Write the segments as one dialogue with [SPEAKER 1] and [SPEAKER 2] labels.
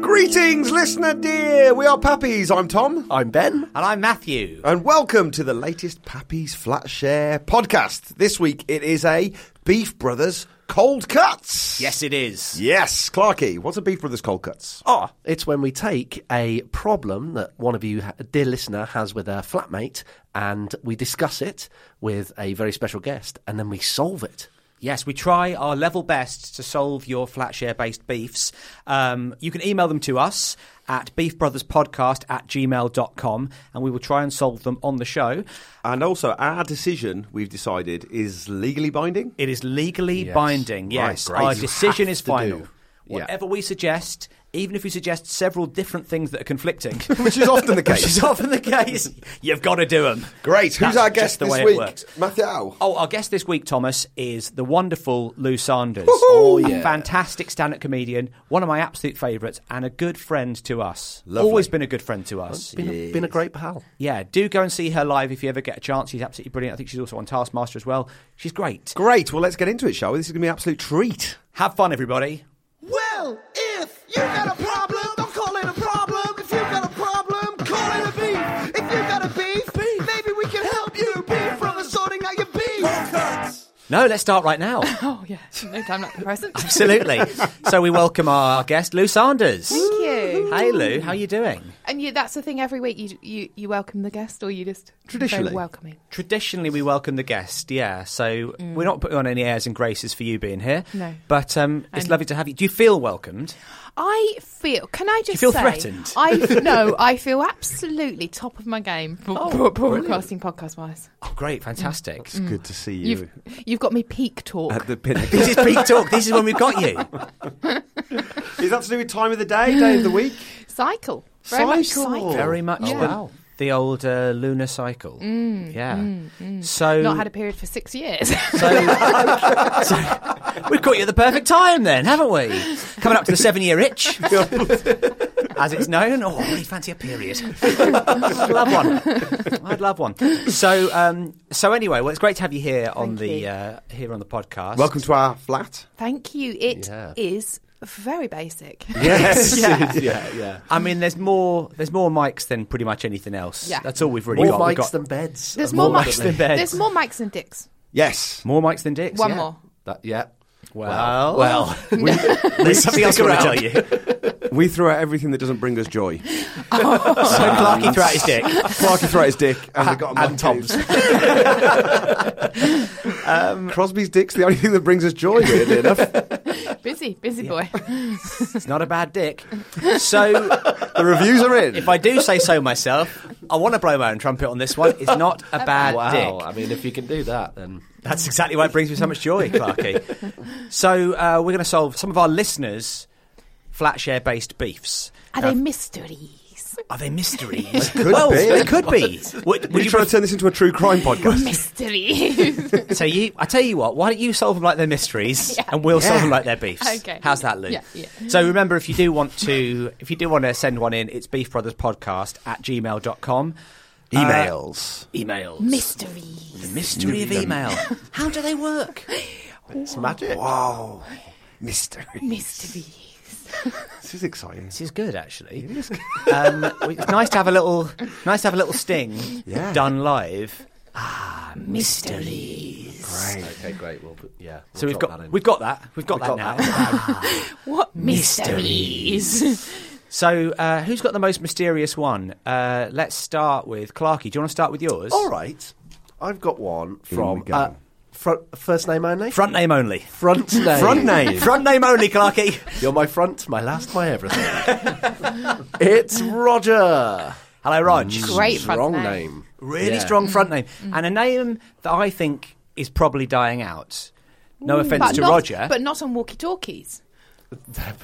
[SPEAKER 1] Greetings, listener dear. We are Pappies. I'm Tom.
[SPEAKER 2] I'm Ben.
[SPEAKER 3] And I'm Matthew.
[SPEAKER 1] And welcome to the latest Pappies Flat Share podcast. This week it is a Beef Brothers Cold Cuts.
[SPEAKER 3] Yes, it is.
[SPEAKER 1] Yes, Clarky, what's a Beef Brothers Cold Cuts?
[SPEAKER 2] Ah, it's when we take a problem that one of you, a dear listener, has with a flatmate and we discuss it with a very special guest and then we solve it.
[SPEAKER 3] Yes, we try our level best to solve your flatshare based beefs. Um, you can email them to us at beefbrotherspodcast at gmail.com and we will try and solve them on the show.
[SPEAKER 1] And also, our decision, we've decided, is legally binding.
[SPEAKER 3] It is legally binding. Yes,
[SPEAKER 1] great.
[SPEAKER 3] our
[SPEAKER 1] You
[SPEAKER 3] decision
[SPEAKER 1] have
[SPEAKER 3] is
[SPEAKER 1] to
[SPEAKER 3] final.
[SPEAKER 1] do. Yeah.
[SPEAKER 3] Whatever we suggest, even if we suggest several different things that are conflicting,
[SPEAKER 1] Which is often the
[SPEAKER 3] which
[SPEAKER 1] case.
[SPEAKER 3] is often the case, you've got to do them.
[SPEAKER 1] Great. Who's
[SPEAKER 3] That's
[SPEAKER 1] our
[SPEAKER 3] just
[SPEAKER 1] guest
[SPEAKER 3] the
[SPEAKER 1] this
[SPEAKER 3] way it
[SPEAKER 1] week?
[SPEAKER 3] works.
[SPEAKER 1] Matthew.
[SPEAKER 3] Oh, our guest this week, Thomas, is the wonderful Lou Sanders.
[SPEAKER 1] Oh,
[SPEAKER 3] A
[SPEAKER 1] yeah.
[SPEAKER 3] fantastic stand up comedian, one of my absolute favourites, and a good friend to us.
[SPEAKER 1] Lovely.
[SPEAKER 3] Always been a good friend to us.
[SPEAKER 2] Been, a, been a great pal.
[SPEAKER 3] Yeah, do go and see her live if you ever get a chance. She's absolutely brilliant. I think she's also on Taskmaster as well. She's great.
[SPEAKER 1] Great. Well, let's get into it, shall we? This is going to be an absolute treat.
[SPEAKER 3] Have fun, everybody.
[SPEAKER 4] Well, if you got a problem, don't call it a problem. If you got a problem, call it a beef. If you got a beef, maybe we can help you. Beef from the sorting out your beef.
[SPEAKER 3] No, let's start right now.
[SPEAKER 5] Oh yeah, no time like the present.
[SPEAKER 3] Absolutely. so we welcome our guest, Lou Sanders.
[SPEAKER 5] Thank you.
[SPEAKER 3] Hey, Lou. How you doing?
[SPEAKER 5] And you, that's the thing. Every week you you, you welcome the guest, or you just
[SPEAKER 1] Traditionally.
[SPEAKER 5] very welcoming.
[SPEAKER 3] Traditionally, we welcome the guest, yeah. So we're not putting on any airs and graces for you being here.
[SPEAKER 5] Mm. No.
[SPEAKER 3] But um, it's
[SPEAKER 5] And-
[SPEAKER 3] lovely to have you. Do you feel welcomed?
[SPEAKER 5] I feel. Can I just
[SPEAKER 3] feel
[SPEAKER 5] say,
[SPEAKER 3] threatened?
[SPEAKER 5] I no. I feel absolutely top of my game for for broadcasting podcast wise.
[SPEAKER 3] Oh, great. Fantastic.
[SPEAKER 5] Mm.
[SPEAKER 1] It's good to see you
[SPEAKER 5] You've you've got me peak talk.
[SPEAKER 1] at the pinnacle.
[SPEAKER 3] this is peak talk. This is when we've got you.
[SPEAKER 1] is that to do with time of the day, day of the week?
[SPEAKER 5] cycle. Very much cycle.
[SPEAKER 3] Very much
[SPEAKER 5] Yeah.
[SPEAKER 3] the, the old uh, lunar cycle. yeah. So.
[SPEAKER 5] Mm, Not had a period for six years.
[SPEAKER 3] So, so we've caught you at the perfect time, then, haven't we? Coming up to the seven-year itch, as it's known. Oh, I really fancy a period. I'd love one. I'd love one. So, um, so anyway, well, it's great to have you here on
[SPEAKER 5] Thank
[SPEAKER 3] the
[SPEAKER 5] you.
[SPEAKER 3] Uh, here on the podcast.
[SPEAKER 1] Welcome to our flat.
[SPEAKER 5] Thank you. It is
[SPEAKER 2] Yeah.
[SPEAKER 5] very basic.
[SPEAKER 1] Yes.
[SPEAKER 3] Yeah.
[SPEAKER 1] yeah, yeah.
[SPEAKER 3] I mean, there's more there's more mics than pretty much anything else.
[SPEAKER 5] Yeah.
[SPEAKER 3] that's all we've really
[SPEAKER 2] More
[SPEAKER 3] got. We've
[SPEAKER 2] mics
[SPEAKER 3] got
[SPEAKER 2] than beds.
[SPEAKER 5] There's more,
[SPEAKER 3] mics than beds.
[SPEAKER 5] There's more mics than dicks.
[SPEAKER 1] Yes.
[SPEAKER 3] more mics than dicks.
[SPEAKER 5] One
[SPEAKER 3] yeah.
[SPEAKER 5] more.
[SPEAKER 2] That, yeah.
[SPEAKER 3] Well,
[SPEAKER 2] Well,
[SPEAKER 3] there's something else I want to tell you. So
[SPEAKER 1] We threw out everything that doesn't bring us joy.
[SPEAKER 3] Clarky throughout his dick.
[SPEAKER 1] Clarky threw out his dick, and we got a
[SPEAKER 2] and Tom's.
[SPEAKER 1] Crosby's dick's the only thing that brings us joy, weirdly enough. The
[SPEAKER 5] Busy, busy boy.
[SPEAKER 3] It's not a bad dick. So
[SPEAKER 1] reviews are in.
[SPEAKER 3] If I do say so myself, I want to blow my own trumpet on this one. It's not a bad
[SPEAKER 2] Wow.
[SPEAKER 3] dick.
[SPEAKER 2] I mean, if you can do that, then.
[SPEAKER 3] That's exactly why it brings me so much joy, Clarky. so uh, we're going to solve some of our listeners' flat share based beefs.
[SPEAKER 5] Are they mysteries?
[SPEAKER 3] Are they mysteries?
[SPEAKER 1] Could
[SPEAKER 3] well,
[SPEAKER 1] be.
[SPEAKER 3] they could be. Would,
[SPEAKER 1] Would
[SPEAKER 3] would
[SPEAKER 1] you
[SPEAKER 3] you
[SPEAKER 1] try to turn this into a true crime podcast?
[SPEAKER 5] Mysteries.
[SPEAKER 3] so you, I tell you what, why don't you solve them like their mysteries, and we'll solve them
[SPEAKER 1] Yeah.
[SPEAKER 3] like their beefs.
[SPEAKER 5] Okay.
[SPEAKER 3] How's that, Lou?
[SPEAKER 5] Yeah, yeah.
[SPEAKER 3] So remember, if you do want to, if you do want to send one in, it's beefbrotherspodcast at gmail.com. Uh,
[SPEAKER 1] Emails.
[SPEAKER 3] Emails.
[SPEAKER 5] mysteries.
[SPEAKER 3] The mystery of email. How do they work?
[SPEAKER 1] It's magic. Wow. Mystery.
[SPEAKER 5] Mysteries.
[SPEAKER 1] This is exciting.
[SPEAKER 3] This is good, actually. um, it's nice to have a little, nice to have a little sting
[SPEAKER 1] Yeah.
[SPEAKER 3] done live.
[SPEAKER 5] Mysteries.
[SPEAKER 1] Great.
[SPEAKER 2] Okay, great. We'll, yeah.
[SPEAKER 3] So we've got, we've got that, we've got that now.
[SPEAKER 5] What mysteries?
[SPEAKER 3] So uh, who's got the most mysterious one? Uh, let's start with Clarky. Do you want to start with yours?
[SPEAKER 2] All right. I've got one
[SPEAKER 1] we
[SPEAKER 2] from
[SPEAKER 1] go.
[SPEAKER 2] uh, front, first name only.
[SPEAKER 3] Front name only.
[SPEAKER 2] front name.
[SPEAKER 3] Front name. Front name only, Clarky.
[SPEAKER 2] You're my front, my last, my everything. it's Roger.
[SPEAKER 3] Hello, Rog.
[SPEAKER 5] Great Mm. front
[SPEAKER 2] Wrong
[SPEAKER 5] name.
[SPEAKER 2] name.
[SPEAKER 3] Really
[SPEAKER 2] Yeah.
[SPEAKER 3] strong front name. And a name that I think is probably dying out. No offence
[SPEAKER 5] Mm, But
[SPEAKER 3] to
[SPEAKER 5] not,
[SPEAKER 3] Roger.
[SPEAKER 5] but not on walkie talkies.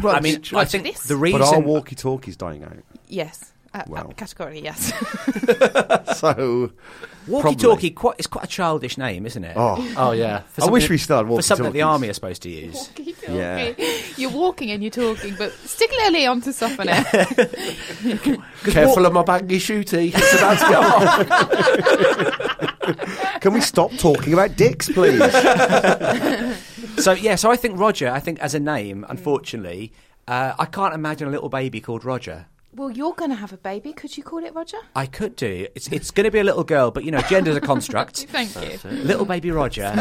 [SPEAKER 3] I mean, I
[SPEAKER 5] Roger
[SPEAKER 3] think
[SPEAKER 5] this.
[SPEAKER 3] the
[SPEAKER 1] But our
[SPEAKER 3] reason.
[SPEAKER 1] walkie talkie's dying out.
[SPEAKER 5] Yes. Uh,
[SPEAKER 1] Wow.
[SPEAKER 5] uh, categorically, yes.
[SPEAKER 1] So
[SPEAKER 3] Walkie talkie quite, it's quite a childish name, isn't it?
[SPEAKER 1] oh,
[SPEAKER 2] Oh yeah.
[SPEAKER 3] For
[SPEAKER 1] I
[SPEAKER 3] something-
[SPEAKER 1] wish we started
[SPEAKER 3] For something that the
[SPEAKER 1] walkie-talkies.
[SPEAKER 3] army are supposed to use.
[SPEAKER 1] Yeah.
[SPEAKER 5] You're walking and you're talking, but stick Lily on to soften it.
[SPEAKER 2] Careful of my baggy shooty. It's about to go off.
[SPEAKER 1] can we stop talking about dicks, please?
[SPEAKER 3] So yeah, so I think Roger. I think as a name, unfortunately, uh, I can't imagine a little baby called Roger.
[SPEAKER 5] well, you're going to have a baby. Could you call it Roger?
[SPEAKER 3] I could do. It's it's going to be a little girl, but you know, gender's a construct.
[SPEAKER 5] Thank you.
[SPEAKER 3] little baby Roger.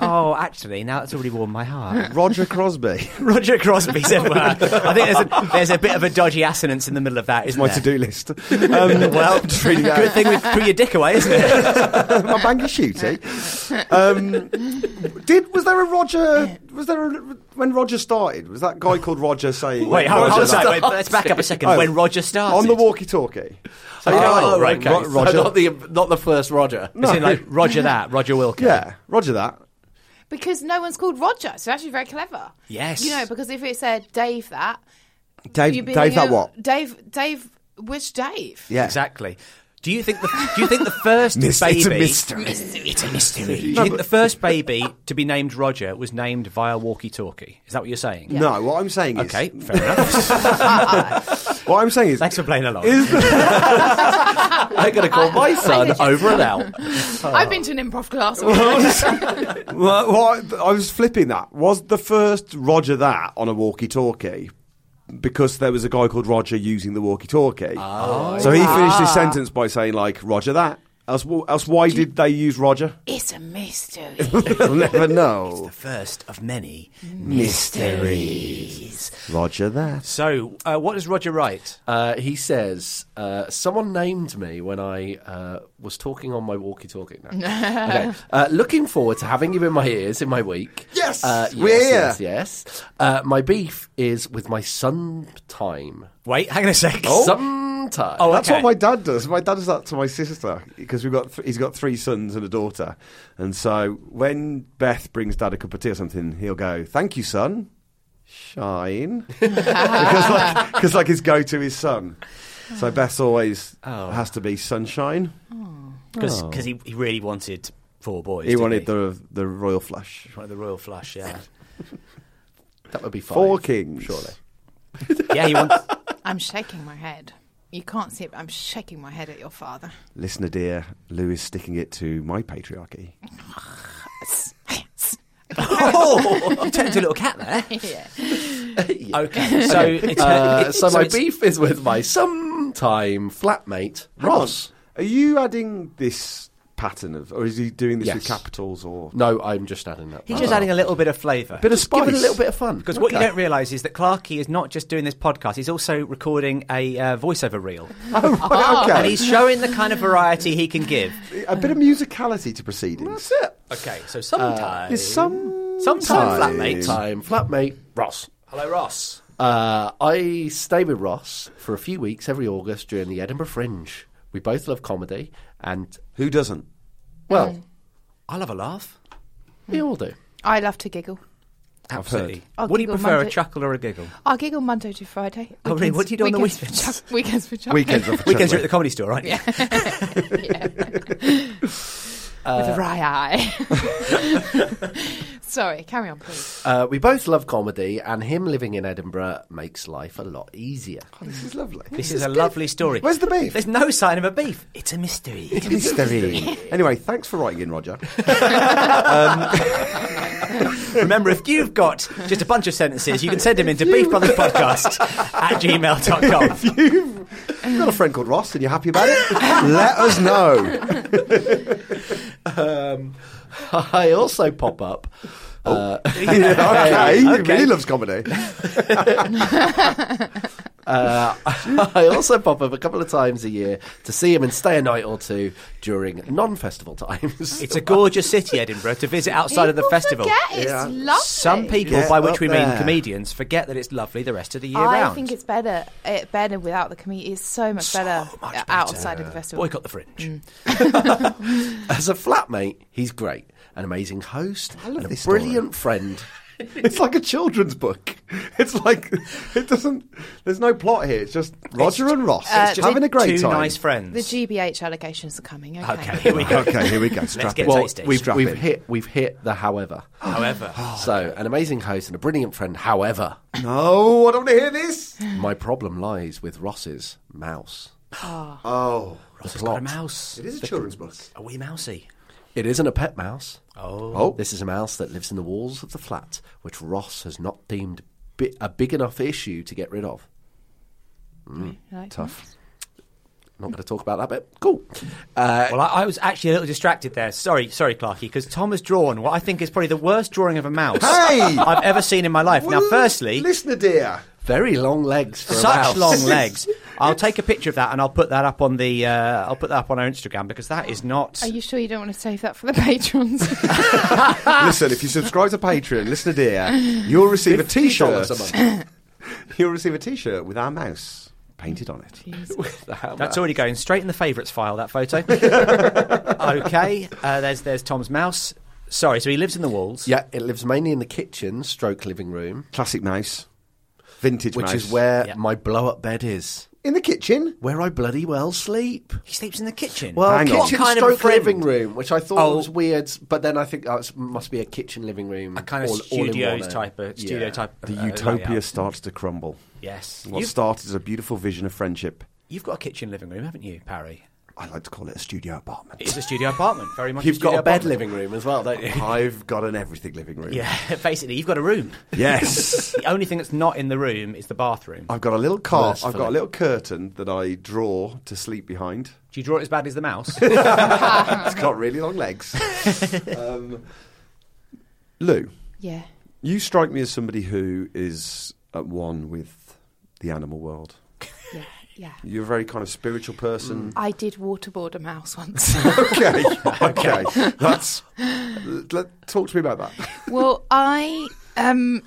[SPEAKER 3] oh, actually, now that's already warmed my heart.
[SPEAKER 1] Roger Crosby.
[SPEAKER 3] Roger Crosby somewhere. I think there's a, there's a bit of a dodgy assonance in the middle of that, isn't
[SPEAKER 1] My
[SPEAKER 3] there?
[SPEAKER 1] to-do list.
[SPEAKER 3] Um, well, good thing we put your dick away, isn't it?
[SPEAKER 1] my bang is shooty. Um, did was there a Roger? Was there a, when Roger started? Was that guy called Roger saying?
[SPEAKER 3] Wait, hold on
[SPEAKER 1] Roger
[SPEAKER 3] a second.
[SPEAKER 1] started.
[SPEAKER 3] Wait, let's back up a second.
[SPEAKER 1] Oh.
[SPEAKER 3] When Roger started
[SPEAKER 1] on the walkie-talkie. So you
[SPEAKER 3] Oh,
[SPEAKER 1] know,
[SPEAKER 3] right,
[SPEAKER 1] Ro-
[SPEAKER 3] okay.
[SPEAKER 1] Ro-
[SPEAKER 2] So
[SPEAKER 1] Roger.
[SPEAKER 2] not the not the first Roger.
[SPEAKER 3] It's in like Roger that, Roger Wilco.
[SPEAKER 1] yeah, Roger that.
[SPEAKER 5] Because no one's called Roger, so it's actually very clever.
[SPEAKER 3] Yes.
[SPEAKER 5] You know, because if it said Dave that,
[SPEAKER 1] Dave,
[SPEAKER 5] you'd be
[SPEAKER 1] Dave,
[SPEAKER 5] like,
[SPEAKER 1] that
[SPEAKER 5] oh,
[SPEAKER 1] what?
[SPEAKER 5] Dave, Dave, which Dave?
[SPEAKER 1] Yeah,
[SPEAKER 3] Exactly. Do you think the Do you think the first
[SPEAKER 1] Mis-
[SPEAKER 3] baby?
[SPEAKER 1] it's a mystery.
[SPEAKER 3] It's a mystery. Do you think the first baby to be named Roger was named via walkie-talkie? Is that what you're saying?
[SPEAKER 1] No, what I'm saying is.
[SPEAKER 3] Okay, fair enough.
[SPEAKER 1] What I'm saying is.
[SPEAKER 3] Thanks for playing along.
[SPEAKER 2] I'm going to call my son over and out.
[SPEAKER 5] I've been to an improv class. all day.
[SPEAKER 1] Well, what I I was flipping that. Was the first Roger that on a walkie-talkie because there was a guy called Roger using the walkie-talkie?
[SPEAKER 3] Oh.
[SPEAKER 1] so he finished his sentence by saying like Roger that. Else, w- else why did they use Roger?
[SPEAKER 5] it's a mystery.
[SPEAKER 1] We'll never know.
[SPEAKER 3] first of many mysteries.
[SPEAKER 1] Roger that.
[SPEAKER 3] So, uh, what does Roger write?
[SPEAKER 2] Uh, he says, uh, "Someone named me when I uh, was talking on my walkie-talkie." Now, okay. uh, looking forward to having you in my ears in my week.
[SPEAKER 1] Yes!
[SPEAKER 2] uh,
[SPEAKER 1] We're
[SPEAKER 2] yes,
[SPEAKER 1] here.
[SPEAKER 2] yes, yes. Uh, my beef is with my son. Time,
[SPEAKER 3] Wait, hang on a sec.
[SPEAKER 2] sometime.
[SPEAKER 3] Oh,
[SPEAKER 1] That's
[SPEAKER 3] okay.
[SPEAKER 1] what my dad does. My dad does that to my sister because we've got th- he's got three sons and a daughter, and so when Beth brings dad a cup of tea or something, he'll go, "Thank you, son." Shine, because like, 'cause, like his go-to is sun. So Beth's always
[SPEAKER 3] Oh.
[SPEAKER 1] has to be sunshine.
[SPEAKER 3] because he, he really wanted four boys.
[SPEAKER 1] He
[SPEAKER 3] didn't
[SPEAKER 1] wanted the the royal flush,
[SPEAKER 3] He wanted the royal flush. Yeah,
[SPEAKER 2] that would be five.
[SPEAKER 1] four kings.
[SPEAKER 2] surely.
[SPEAKER 3] yeah. He wants.
[SPEAKER 5] I'm shaking my head. You can't see it, but I'm shaking my head at your father.
[SPEAKER 1] Listener dear, Lou is sticking it to my patriarchy.
[SPEAKER 3] Oh, you turned into a little cat there.
[SPEAKER 5] yeah.
[SPEAKER 3] Okay, so it's,
[SPEAKER 2] Uh, so, my
[SPEAKER 3] it's-
[SPEAKER 2] beef is with my sometime flatmate
[SPEAKER 1] Hang on.
[SPEAKER 2] Ross.
[SPEAKER 1] are you adding this pattern of, or is he doing this with
[SPEAKER 2] Yes.
[SPEAKER 1] capitals or?
[SPEAKER 2] No, I'm just adding that. Uh-huh.
[SPEAKER 3] He's
[SPEAKER 2] back.
[SPEAKER 3] just adding a little bit of flavour.
[SPEAKER 2] bit of spice,
[SPEAKER 1] give it
[SPEAKER 2] a little bit of fun.
[SPEAKER 3] Because what you don't realise is that Clarkey is not just doing this podcast, he's also recording a uh, voiceover reel.
[SPEAKER 1] Right, okay.
[SPEAKER 3] Oh, And he's showing the kind of variety he can give.
[SPEAKER 1] A bit of musicality to proceedings.
[SPEAKER 2] That's it.
[SPEAKER 3] Okay, so sometimes.
[SPEAKER 1] Is some
[SPEAKER 3] Uh, sometimes,
[SPEAKER 1] time.
[SPEAKER 3] flatmate.
[SPEAKER 2] Time flatmate Ross.
[SPEAKER 3] Hello, Ross.
[SPEAKER 2] Uh, I stay with Ross for a few weeks every August during the Edinburgh Fringe. We both love comedy, and
[SPEAKER 1] who doesn't?
[SPEAKER 2] well,
[SPEAKER 3] I love a laugh.
[SPEAKER 2] we all do.
[SPEAKER 5] I love to giggle.
[SPEAKER 3] Absolutely.
[SPEAKER 5] I'll
[SPEAKER 3] Would you
[SPEAKER 5] giggle
[SPEAKER 3] prefer a
[SPEAKER 5] Monday.
[SPEAKER 3] chuckle or a giggle?
[SPEAKER 5] I giggle Monday to Friday.
[SPEAKER 3] Oh, really? What do you do on the
[SPEAKER 5] for
[SPEAKER 3] weekends?
[SPEAKER 5] chuck- weekends for chuckling.
[SPEAKER 1] Weekends are for
[SPEAKER 3] Weekends are at the
[SPEAKER 1] chuckling.
[SPEAKER 3] comedy store, aren't you?
[SPEAKER 5] with
[SPEAKER 3] Uh,
[SPEAKER 5] a wry eye. Sorry, carry on, please.
[SPEAKER 2] Uh, we both love comedy, and him living in Edinburgh makes life a lot easier.
[SPEAKER 1] This is lovely.
[SPEAKER 3] This is a lovely story.
[SPEAKER 1] Where's the beef?
[SPEAKER 3] There's no sign of a beef. It's a mystery.
[SPEAKER 1] Mystery. anyway, thanks for writing in, Roger.
[SPEAKER 3] Um, Remember, if you've got just a bunch of sentences, you can send them into beefbrotherspodcast at gmail.com.
[SPEAKER 1] You've got a friend called Ross and you're happy about it? Let us know.
[SPEAKER 2] I also pop up. Uh,
[SPEAKER 3] Oh.
[SPEAKER 1] okay, he
[SPEAKER 3] okay.
[SPEAKER 1] really loves comedy.
[SPEAKER 2] Uh, I also pop up a couple of times a year to see him and stay a night or two during non-festival times.
[SPEAKER 3] It's a gorgeous city, Edinburgh, to visit outside of the
[SPEAKER 5] People
[SPEAKER 3] festival.
[SPEAKER 5] Forget it's
[SPEAKER 1] Yeah.
[SPEAKER 5] lovely.
[SPEAKER 3] Some people,
[SPEAKER 1] Get
[SPEAKER 3] by which
[SPEAKER 1] up
[SPEAKER 3] we mean
[SPEAKER 1] there.
[SPEAKER 3] comedians, forget that it's lovely the rest of the year
[SPEAKER 5] I
[SPEAKER 3] round.
[SPEAKER 5] think it's better. It better without the comedian. It's so much
[SPEAKER 3] So
[SPEAKER 5] better
[SPEAKER 3] much better.
[SPEAKER 5] uh, outside of the festival.
[SPEAKER 3] Boycott the fringe.
[SPEAKER 1] Mm.
[SPEAKER 2] As a flatmate, he's great, an amazing host,
[SPEAKER 1] love
[SPEAKER 2] and a
[SPEAKER 1] this story.
[SPEAKER 2] brilliant friend.
[SPEAKER 1] It's like a children's book. It's like it doesn't. There's no plot here. It's just Roger and Ross
[SPEAKER 5] just
[SPEAKER 1] having a great
[SPEAKER 3] uh, Two
[SPEAKER 1] time.
[SPEAKER 3] nice friends.
[SPEAKER 5] The GBH allegations are coming. Okay.
[SPEAKER 3] okay, here we go.
[SPEAKER 1] Okay, here we go. Strap
[SPEAKER 3] get
[SPEAKER 1] it.
[SPEAKER 2] Well,
[SPEAKER 3] tasty.
[SPEAKER 2] we've,
[SPEAKER 1] Strap
[SPEAKER 2] we've
[SPEAKER 1] in.
[SPEAKER 2] hit we've hit the however.
[SPEAKER 3] However,
[SPEAKER 5] Oh,
[SPEAKER 2] So, an amazing host and a brilliant friend. However,
[SPEAKER 1] No, I don't want to hear this.
[SPEAKER 2] my problem lies with Ross's mouse.
[SPEAKER 1] Oh,
[SPEAKER 2] The
[SPEAKER 3] got a
[SPEAKER 2] plot.
[SPEAKER 3] mouse.
[SPEAKER 1] it is a children's book.
[SPEAKER 3] A wee mousey.
[SPEAKER 2] It isn't a pet mouse.
[SPEAKER 3] Oh.
[SPEAKER 1] Oh,
[SPEAKER 2] This is a mouse that lives in the walls of the flat, which Ross has not deemed bi- a big enough issue to get rid of.
[SPEAKER 3] Mm.
[SPEAKER 5] Right.
[SPEAKER 2] Tough. Not going to talk about that bit. Cool. Uh,
[SPEAKER 3] Well, I, I was actually a little distracted there. Sorry, sorry, Clarky, because Tom has drawn what I think is probably the worst drawing of a mouse
[SPEAKER 1] Hey!
[SPEAKER 3] I've ever seen in my life. Now, firstly,
[SPEAKER 1] listener dear,
[SPEAKER 2] very long legs for a
[SPEAKER 3] such
[SPEAKER 2] mouse.
[SPEAKER 3] long legs. I'll take a picture of that and I'll put that up on the uh, I'll put that up on our Instagram because that is not.
[SPEAKER 5] Are you sure you don't want to save that for the patrons?
[SPEAKER 1] listen. If you subscribe to Patreon, listener dear, you'll receive a T-shirt.
[SPEAKER 2] dollars a month.
[SPEAKER 1] You'll receive a T-shirt with our mouse painted on it.
[SPEAKER 3] That's already going straight in the favourites file. That photo. okay, uh, there's there's Tom's mouse. Sorry, so he lives in the walls.
[SPEAKER 2] yeah, it lives mainly in the kitchen, stroke living room,
[SPEAKER 1] Classic mouse, vintage
[SPEAKER 2] which
[SPEAKER 1] mouse,
[SPEAKER 2] is where
[SPEAKER 3] Yeah.
[SPEAKER 2] my blow up bed is,
[SPEAKER 1] in the kitchen.
[SPEAKER 2] where I bloody well sleep.
[SPEAKER 3] He sleeps in the kitchen.
[SPEAKER 2] Well,
[SPEAKER 1] Hang on.
[SPEAKER 2] kitchen
[SPEAKER 3] What kind of
[SPEAKER 2] stroke
[SPEAKER 3] friend?
[SPEAKER 2] living room, which I thought
[SPEAKER 3] Oh.
[SPEAKER 2] was weird, but then I think oh, it must be a kitchen living room,
[SPEAKER 3] a kind of
[SPEAKER 2] all- all in
[SPEAKER 3] studios
[SPEAKER 2] one, uh,
[SPEAKER 3] type of studio
[SPEAKER 2] yeah.
[SPEAKER 3] type.
[SPEAKER 1] The
[SPEAKER 3] uh,
[SPEAKER 1] utopia
[SPEAKER 3] layout.
[SPEAKER 1] starts to crumble.
[SPEAKER 3] Yes,
[SPEAKER 1] What
[SPEAKER 3] you've,
[SPEAKER 1] started as a beautiful vision of friendship,
[SPEAKER 3] you've got a kitchen living room, haven't you, Parry?
[SPEAKER 1] I like to call it a studio apartment.
[SPEAKER 3] It's a studio apartment, very much.
[SPEAKER 2] You've
[SPEAKER 3] studio
[SPEAKER 2] got a bed
[SPEAKER 3] apartment.
[SPEAKER 2] living room as well, don't you?
[SPEAKER 1] I've got an everything living room.
[SPEAKER 3] Yeah, basically, you've got a room.
[SPEAKER 1] Yes.
[SPEAKER 3] The only thing that's not in the room is the bathroom.
[SPEAKER 1] I've got a little car. I've
[SPEAKER 2] Mercifully.
[SPEAKER 1] got a little curtain that I draw to sleep behind.
[SPEAKER 3] Do you draw it as bad as the mouse?
[SPEAKER 1] It's got really long legs. um, Lou,
[SPEAKER 5] yeah.
[SPEAKER 1] you strike me as somebody who is at one with the animal world.
[SPEAKER 5] Yeah. Yeah.
[SPEAKER 1] You're a very kind of spiritual person.
[SPEAKER 5] I did waterboard a mouse once.
[SPEAKER 1] okay, okay. That's. Let, talk to me about that.
[SPEAKER 5] well, I um,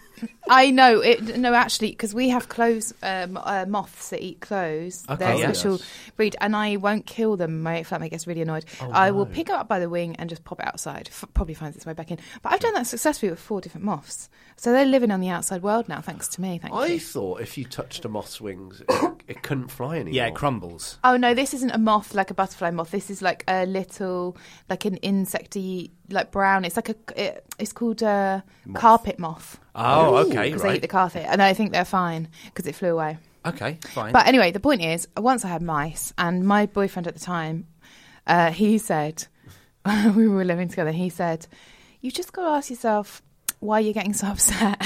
[SPEAKER 5] I know it. No, actually, because we have clothes um, uh, moths that eat clothes.
[SPEAKER 3] Okay,
[SPEAKER 5] They're a
[SPEAKER 3] yes.
[SPEAKER 5] special breed, and I won't kill them. My flatmate gets really annoyed. I will pick it up by the wing and just pop it outside. F- probably finds its way back in. But I've done that successfully with four different moths. So they're living on the outside world now, thanks to me. Thank
[SPEAKER 2] I
[SPEAKER 5] you.
[SPEAKER 2] thought if you touched a moth's wings, it, it couldn't fly anymore.
[SPEAKER 3] yeah, it crumbles.
[SPEAKER 5] Oh no, this isn't a moth like a butterfly moth. This is like a little, like an insecty, like brown. It's like a, it, it's called a carpet moth
[SPEAKER 3] Oh, okay,
[SPEAKER 5] because they eat
[SPEAKER 3] right.
[SPEAKER 5] the carpet, and I think they're fine because it flew away.
[SPEAKER 3] Okay, fine.
[SPEAKER 5] But anyway, the point is, once I had mice, and my boyfriend at the time, uh, he said, we were living together. He said, "You just got to ask yourself." Why you're getting so upset?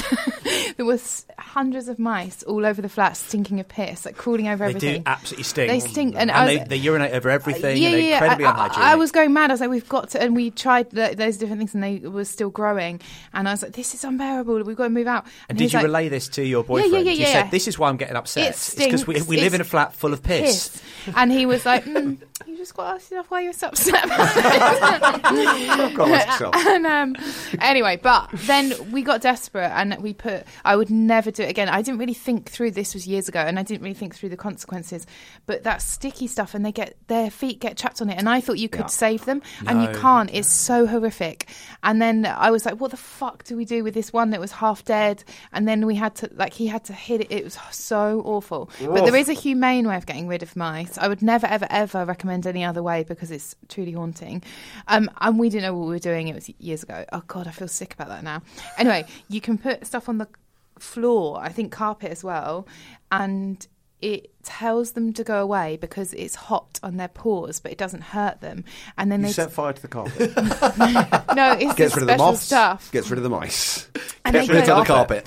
[SPEAKER 5] there was hundreds of mice all over the flat, stinking of piss, like crawling over
[SPEAKER 3] they do
[SPEAKER 5] everything.
[SPEAKER 3] absolutely stink.
[SPEAKER 5] They stink, and I
[SPEAKER 3] they,
[SPEAKER 5] was-
[SPEAKER 3] they urinate over everything. and they're incredibly
[SPEAKER 5] I, I-
[SPEAKER 3] unhygienic.
[SPEAKER 5] I was going mad. I was like, we've got to, and we tried th those different things, and they were still growing. And I was like, this is unbearable. We've got to move out.
[SPEAKER 3] And
[SPEAKER 5] he's
[SPEAKER 3] did you
[SPEAKER 5] like,
[SPEAKER 3] relay this to your
[SPEAKER 5] yeah,
[SPEAKER 3] boyfriend? You
[SPEAKER 5] yeah, yeah.
[SPEAKER 3] said this is why I'm getting upset.
[SPEAKER 5] It
[SPEAKER 3] because we,
[SPEAKER 5] stinks.
[SPEAKER 3] we live
[SPEAKER 5] It's
[SPEAKER 3] in a flat full of piss.
[SPEAKER 5] piss? And he was like, mm, you just got to ask yourself why you're so upset. about
[SPEAKER 1] I've got to ask myself.
[SPEAKER 5] it." and um, anyway, but then we got desperate, and we put. I would never do it again. I didn't really think through. This was years ago, and I didn't really think through the consequences. But that sticky stuff, and they get their feet get trapped on it, and I thought you could save them, and you can't. It's so horrific. And then I was like, what the fuck do we do with this one that was half dead? And then we had to like he had to hit it. It was so awful. But there is a humane way of getting rid of mice. I would never ever ever recommend any other way because it's truly haunting. Um, and we didn't know what we were doing. It was years ago. Oh god, I feel sick about that now. Anyway, you can put stuff on the floor. I think carpet as well, and it tells them to go away because it's hot on their paws, but it doesn't hurt them. And then
[SPEAKER 1] You
[SPEAKER 5] they
[SPEAKER 1] set fire to the carpet.
[SPEAKER 5] no, it's
[SPEAKER 1] Gets
[SPEAKER 5] this
[SPEAKER 1] rid of the
[SPEAKER 5] special
[SPEAKER 1] moths.
[SPEAKER 5] stuff.
[SPEAKER 1] Gets rid of the mice.
[SPEAKER 5] And they
[SPEAKER 1] Put it
[SPEAKER 5] go,
[SPEAKER 1] on the carpet.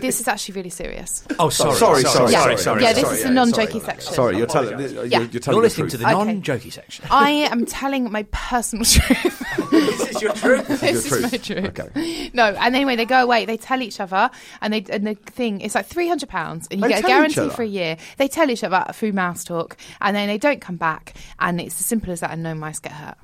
[SPEAKER 5] This is actually really serious.
[SPEAKER 3] Oh, sorry,
[SPEAKER 1] Sorry, sorry,
[SPEAKER 5] yeah,
[SPEAKER 1] sorry,
[SPEAKER 5] yeah, this is a non-jokey
[SPEAKER 1] sorry.
[SPEAKER 5] section.
[SPEAKER 1] Sorry, you're telling you're,
[SPEAKER 5] Yeah.
[SPEAKER 1] you're telling
[SPEAKER 3] You're listening
[SPEAKER 1] the
[SPEAKER 3] to
[SPEAKER 1] truth.
[SPEAKER 3] the
[SPEAKER 5] Okay.
[SPEAKER 3] non-jokey section.
[SPEAKER 5] I am telling my personal truth.
[SPEAKER 3] this is your truth.
[SPEAKER 5] this
[SPEAKER 1] Your
[SPEAKER 5] is my
[SPEAKER 1] truth.
[SPEAKER 5] truth.
[SPEAKER 1] Okay.
[SPEAKER 5] No, and anyway, they go away. They tell each other, and they and the thing it's like three hundred pounds, and you
[SPEAKER 1] They
[SPEAKER 5] get a
[SPEAKER 1] tell each
[SPEAKER 5] guarantee
[SPEAKER 1] other?
[SPEAKER 5] for a year. They tell each other through mouse talk, and then they don't come back, and it's as simple as that, and no mice get hurt.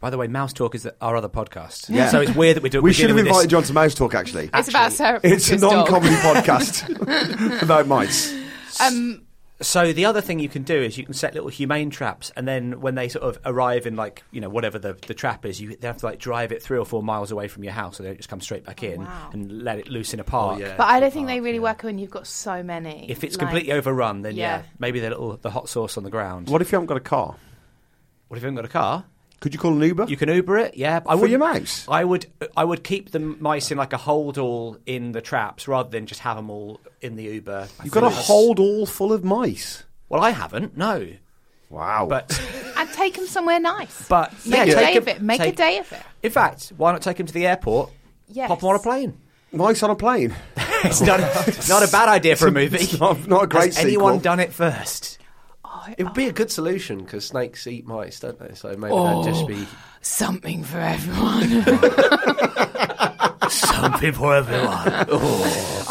[SPEAKER 3] By the way, Mouse Talk is the, our other podcast.
[SPEAKER 1] Yeah.
[SPEAKER 3] So it's weird that we're doing.
[SPEAKER 1] We
[SPEAKER 3] we're
[SPEAKER 1] should have
[SPEAKER 3] dealing with
[SPEAKER 1] invited John to Mouse Talk. Actually,
[SPEAKER 5] it's about Sarah.
[SPEAKER 1] it's a
[SPEAKER 5] Brooks's dog.
[SPEAKER 1] non-comedy podcast about mice.
[SPEAKER 5] Um,
[SPEAKER 3] this. So the other thing you can do is you can set little humane traps, and then when they sort of arrive in like you know whatever the, the trap is, you they have to like drive it three or four miles away from your house, so they don't just come straight back in
[SPEAKER 5] Oh, wow.
[SPEAKER 3] and let it loose in a park.
[SPEAKER 5] but I
[SPEAKER 1] Oh,
[SPEAKER 5] don't think they really work when you've got so many.
[SPEAKER 3] If it's
[SPEAKER 5] Like-
[SPEAKER 3] completely overrun, then yeah,
[SPEAKER 5] Yeah.
[SPEAKER 3] maybe the little the hot sauce on the ground. What,
[SPEAKER 1] What if you haven't got a car?
[SPEAKER 3] if you haven't got a car?
[SPEAKER 1] Could you call an Uber?
[SPEAKER 3] You can Uber it, yeah. I
[SPEAKER 1] For
[SPEAKER 3] would-
[SPEAKER 1] your mouse?
[SPEAKER 3] I would, I would keep the mice in like a hold all in the traps rather than just have them all in the Uber.
[SPEAKER 1] You've got a hold all full of mice.
[SPEAKER 3] Well, I haven't, no.
[SPEAKER 1] Wow.
[SPEAKER 3] But
[SPEAKER 5] and take them somewhere nice.
[SPEAKER 3] But-
[SPEAKER 5] make
[SPEAKER 3] Yeah,
[SPEAKER 5] a day
[SPEAKER 3] take
[SPEAKER 5] of
[SPEAKER 3] 'em-
[SPEAKER 5] it. Make
[SPEAKER 3] take-
[SPEAKER 5] a day of it.
[SPEAKER 3] in fact, why not take them to the airport?
[SPEAKER 5] Yes.
[SPEAKER 3] Pop them on a plane.
[SPEAKER 1] mice on a plane.
[SPEAKER 3] It's not, not a bad idea for a movie.
[SPEAKER 1] It's not, not a great
[SPEAKER 3] Has anyone
[SPEAKER 1] sequel.
[SPEAKER 3] done it first?
[SPEAKER 2] It would be a good solution because snakes eat mice, don't they? So maybe that'd
[SPEAKER 3] Oh.
[SPEAKER 2] just be.
[SPEAKER 5] Something for everyone.
[SPEAKER 3] Something for everyone.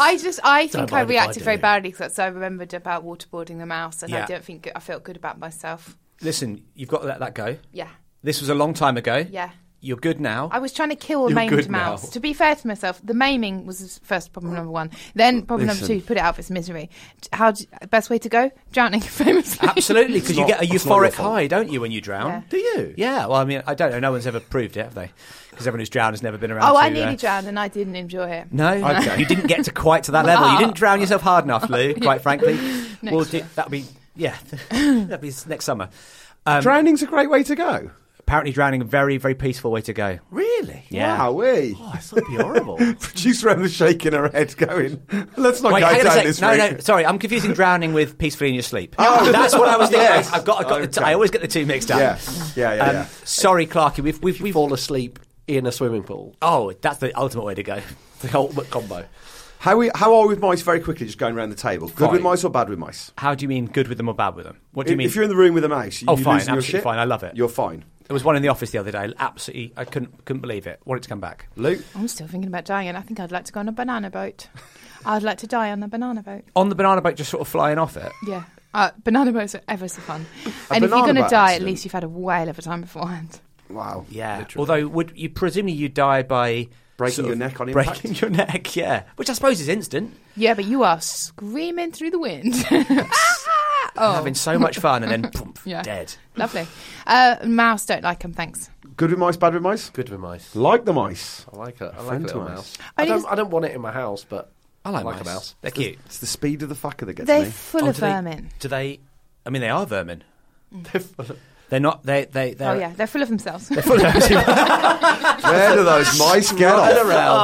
[SPEAKER 5] I just, I
[SPEAKER 3] mind if
[SPEAKER 5] think I
[SPEAKER 3] I
[SPEAKER 5] reacted
[SPEAKER 3] do.
[SPEAKER 5] very badly because I remembered about waterboarding the mouse, and
[SPEAKER 3] Yeah.
[SPEAKER 5] I don't think I felt good about myself.
[SPEAKER 3] Listen, you've got to let that go.
[SPEAKER 5] Yeah,
[SPEAKER 3] This was a long time ago.
[SPEAKER 5] yeah.
[SPEAKER 3] You're good now.
[SPEAKER 5] I was trying to kill a
[SPEAKER 3] You're
[SPEAKER 5] maimed
[SPEAKER 3] good
[SPEAKER 5] mouse.
[SPEAKER 3] now.
[SPEAKER 5] To be fair to myself, the maiming was first problem number one. Then problem number
[SPEAKER 1] Listen.
[SPEAKER 5] two, put it out of its misery. T- How d best way to go? Drowning famously.
[SPEAKER 3] Absolutely, because you
[SPEAKER 1] not-
[SPEAKER 3] get a
[SPEAKER 1] it's not your
[SPEAKER 3] euphoric
[SPEAKER 1] fault.
[SPEAKER 3] high, don't you, when you drown?
[SPEAKER 5] Yeah.
[SPEAKER 2] Do you?
[SPEAKER 3] Yeah, well, I mean, I don't know. No one's ever proved it, have they? Because everyone who's drowned has never been around.
[SPEAKER 5] Oh,
[SPEAKER 3] to,
[SPEAKER 5] I
[SPEAKER 3] uh,
[SPEAKER 5] nearly drowned and I didn't enjoy it.
[SPEAKER 3] No,
[SPEAKER 1] Okay.
[SPEAKER 3] you didn't get to quite to that level. You
[SPEAKER 5] Ah.
[SPEAKER 3] didn't drown yourself hard enough, Lou. Quite frankly, we'll do, that'll be yeah, that'll be s- next summer. Um,
[SPEAKER 1] Drowning's a great way to go.
[SPEAKER 3] apparently, drowning a very very peaceful way to go.
[SPEAKER 2] Really?
[SPEAKER 3] Yeah.
[SPEAKER 1] Wowee.
[SPEAKER 2] Oh, it's would be horrible.
[SPEAKER 1] Producer Emma shaking her head, going, "Let's not
[SPEAKER 3] Wait,
[SPEAKER 1] go
[SPEAKER 3] hang on a
[SPEAKER 1] down
[SPEAKER 3] sec.
[SPEAKER 1] this
[SPEAKER 3] No,
[SPEAKER 1] route."
[SPEAKER 3] no, sorry, I'm confusing drowning with peacefully in your sleep. That's what I was thinking.
[SPEAKER 1] Yes.
[SPEAKER 3] I've got, I've got the t-
[SPEAKER 1] Okay.
[SPEAKER 3] I always get the two mixed up.
[SPEAKER 1] Yeah, yeah, yeah.
[SPEAKER 3] Um,
[SPEAKER 1] yeah.
[SPEAKER 3] Sorry, Clarky, we've we've, we've
[SPEAKER 2] Fall asleep in a swimming pool.
[SPEAKER 3] Oh, that's the ultimate way to go.
[SPEAKER 2] The ultimate combo.
[SPEAKER 1] How we how are we with mice? Very quickly, just going around the table. Good with
[SPEAKER 3] Fine.
[SPEAKER 1] mice or bad with mice?
[SPEAKER 3] How do you mean good with them or bad with them? What do you
[SPEAKER 1] If-
[SPEAKER 3] mean?
[SPEAKER 1] If you're in the room with a mouse, you,
[SPEAKER 3] Oh,
[SPEAKER 1] you
[SPEAKER 3] fine,
[SPEAKER 1] losing your
[SPEAKER 3] absolutely
[SPEAKER 1] shit?
[SPEAKER 3] fine, I love it.
[SPEAKER 1] You're fine.
[SPEAKER 3] There was one in the office the other day. Absolutely, I couldn't couldn't believe it. Wanted to come back.
[SPEAKER 1] Luke,
[SPEAKER 5] I'm still thinking about dying, and I think I'd like to go on a banana boat. I'd like to die on a banana boat.
[SPEAKER 3] On the banana boat, just sort of flying off it.
[SPEAKER 5] Yeah. Uh, banana boats are ever so fun.
[SPEAKER 1] A
[SPEAKER 5] and if
[SPEAKER 1] banana
[SPEAKER 5] you're going to
[SPEAKER 1] boat
[SPEAKER 5] die,
[SPEAKER 1] accident.
[SPEAKER 5] at least you've had a whale of a time beforehand.
[SPEAKER 1] wow.
[SPEAKER 3] Yeah.
[SPEAKER 1] Literally.
[SPEAKER 3] Although, would you presumably you die by
[SPEAKER 1] Breaking
[SPEAKER 3] sort
[SPEAKER 1] your
[SPEAKER 3] of
[SPEAKER 1] neck on impact?
[SPEAKER 3] breaking your neck? Yeah, which I suppose is instant.
[SPEAKER 5] Yeah, but you are screaming through the wind.
[SPEAKER 3] Oh. Having so much fun and then boom,
[SPEAKER 5] Yeah.
[SPEAKER 3] dead.
[SPEAKER 5] Lovely. Uh, mouse don't like them, thanks.
[SPEAKER 1] Good with mice, bad with mice.
[SPEAKER 2] Good with mice.
[SPEAKER 1] Like the mice.
[SPEAKER 3] Oh,
[SPEAKER 2] I like it. I like a little
[SPEAKER 1] Phantomize.
[SPEAKER 2] mouse.
[SPEAKER 5] I
[SPEAKER 2] I
[SPEAKER 5] mean,
[SPEAKER 2] don't,
[SPEAKER 5] it's-
[SPEAKER 2] I don't want it in my house, but
[SPEAKER 3] I like,
[SPEAKER 2] Like a
[SPEAKER 3] mice.
[SPEAKER 2] mouse.
[SPEAKER 3] They're cute.
[SPEAKER 1] It's the speed of the fucker that gets
[SPEAKER 5] They're
[SPEAKER 1] me.
[SPEAKER 5] full
[SPEAKER 3] Oh,
[SPEAKER 5] of
[SPEAKER 3] do they-
[SPEAKER 5] vermin. Mm.
[SPEAKER 3] Do they? I mean, they are vermin. They're not. They. They. They're,
[SPEAKER 5] Oh yeah, they're full of themselves.
[SPEAKER 1] Where do those mice get
[SPEAKER 2] Right
[SPEAKER 1] off?
[SPEAKER 2] around.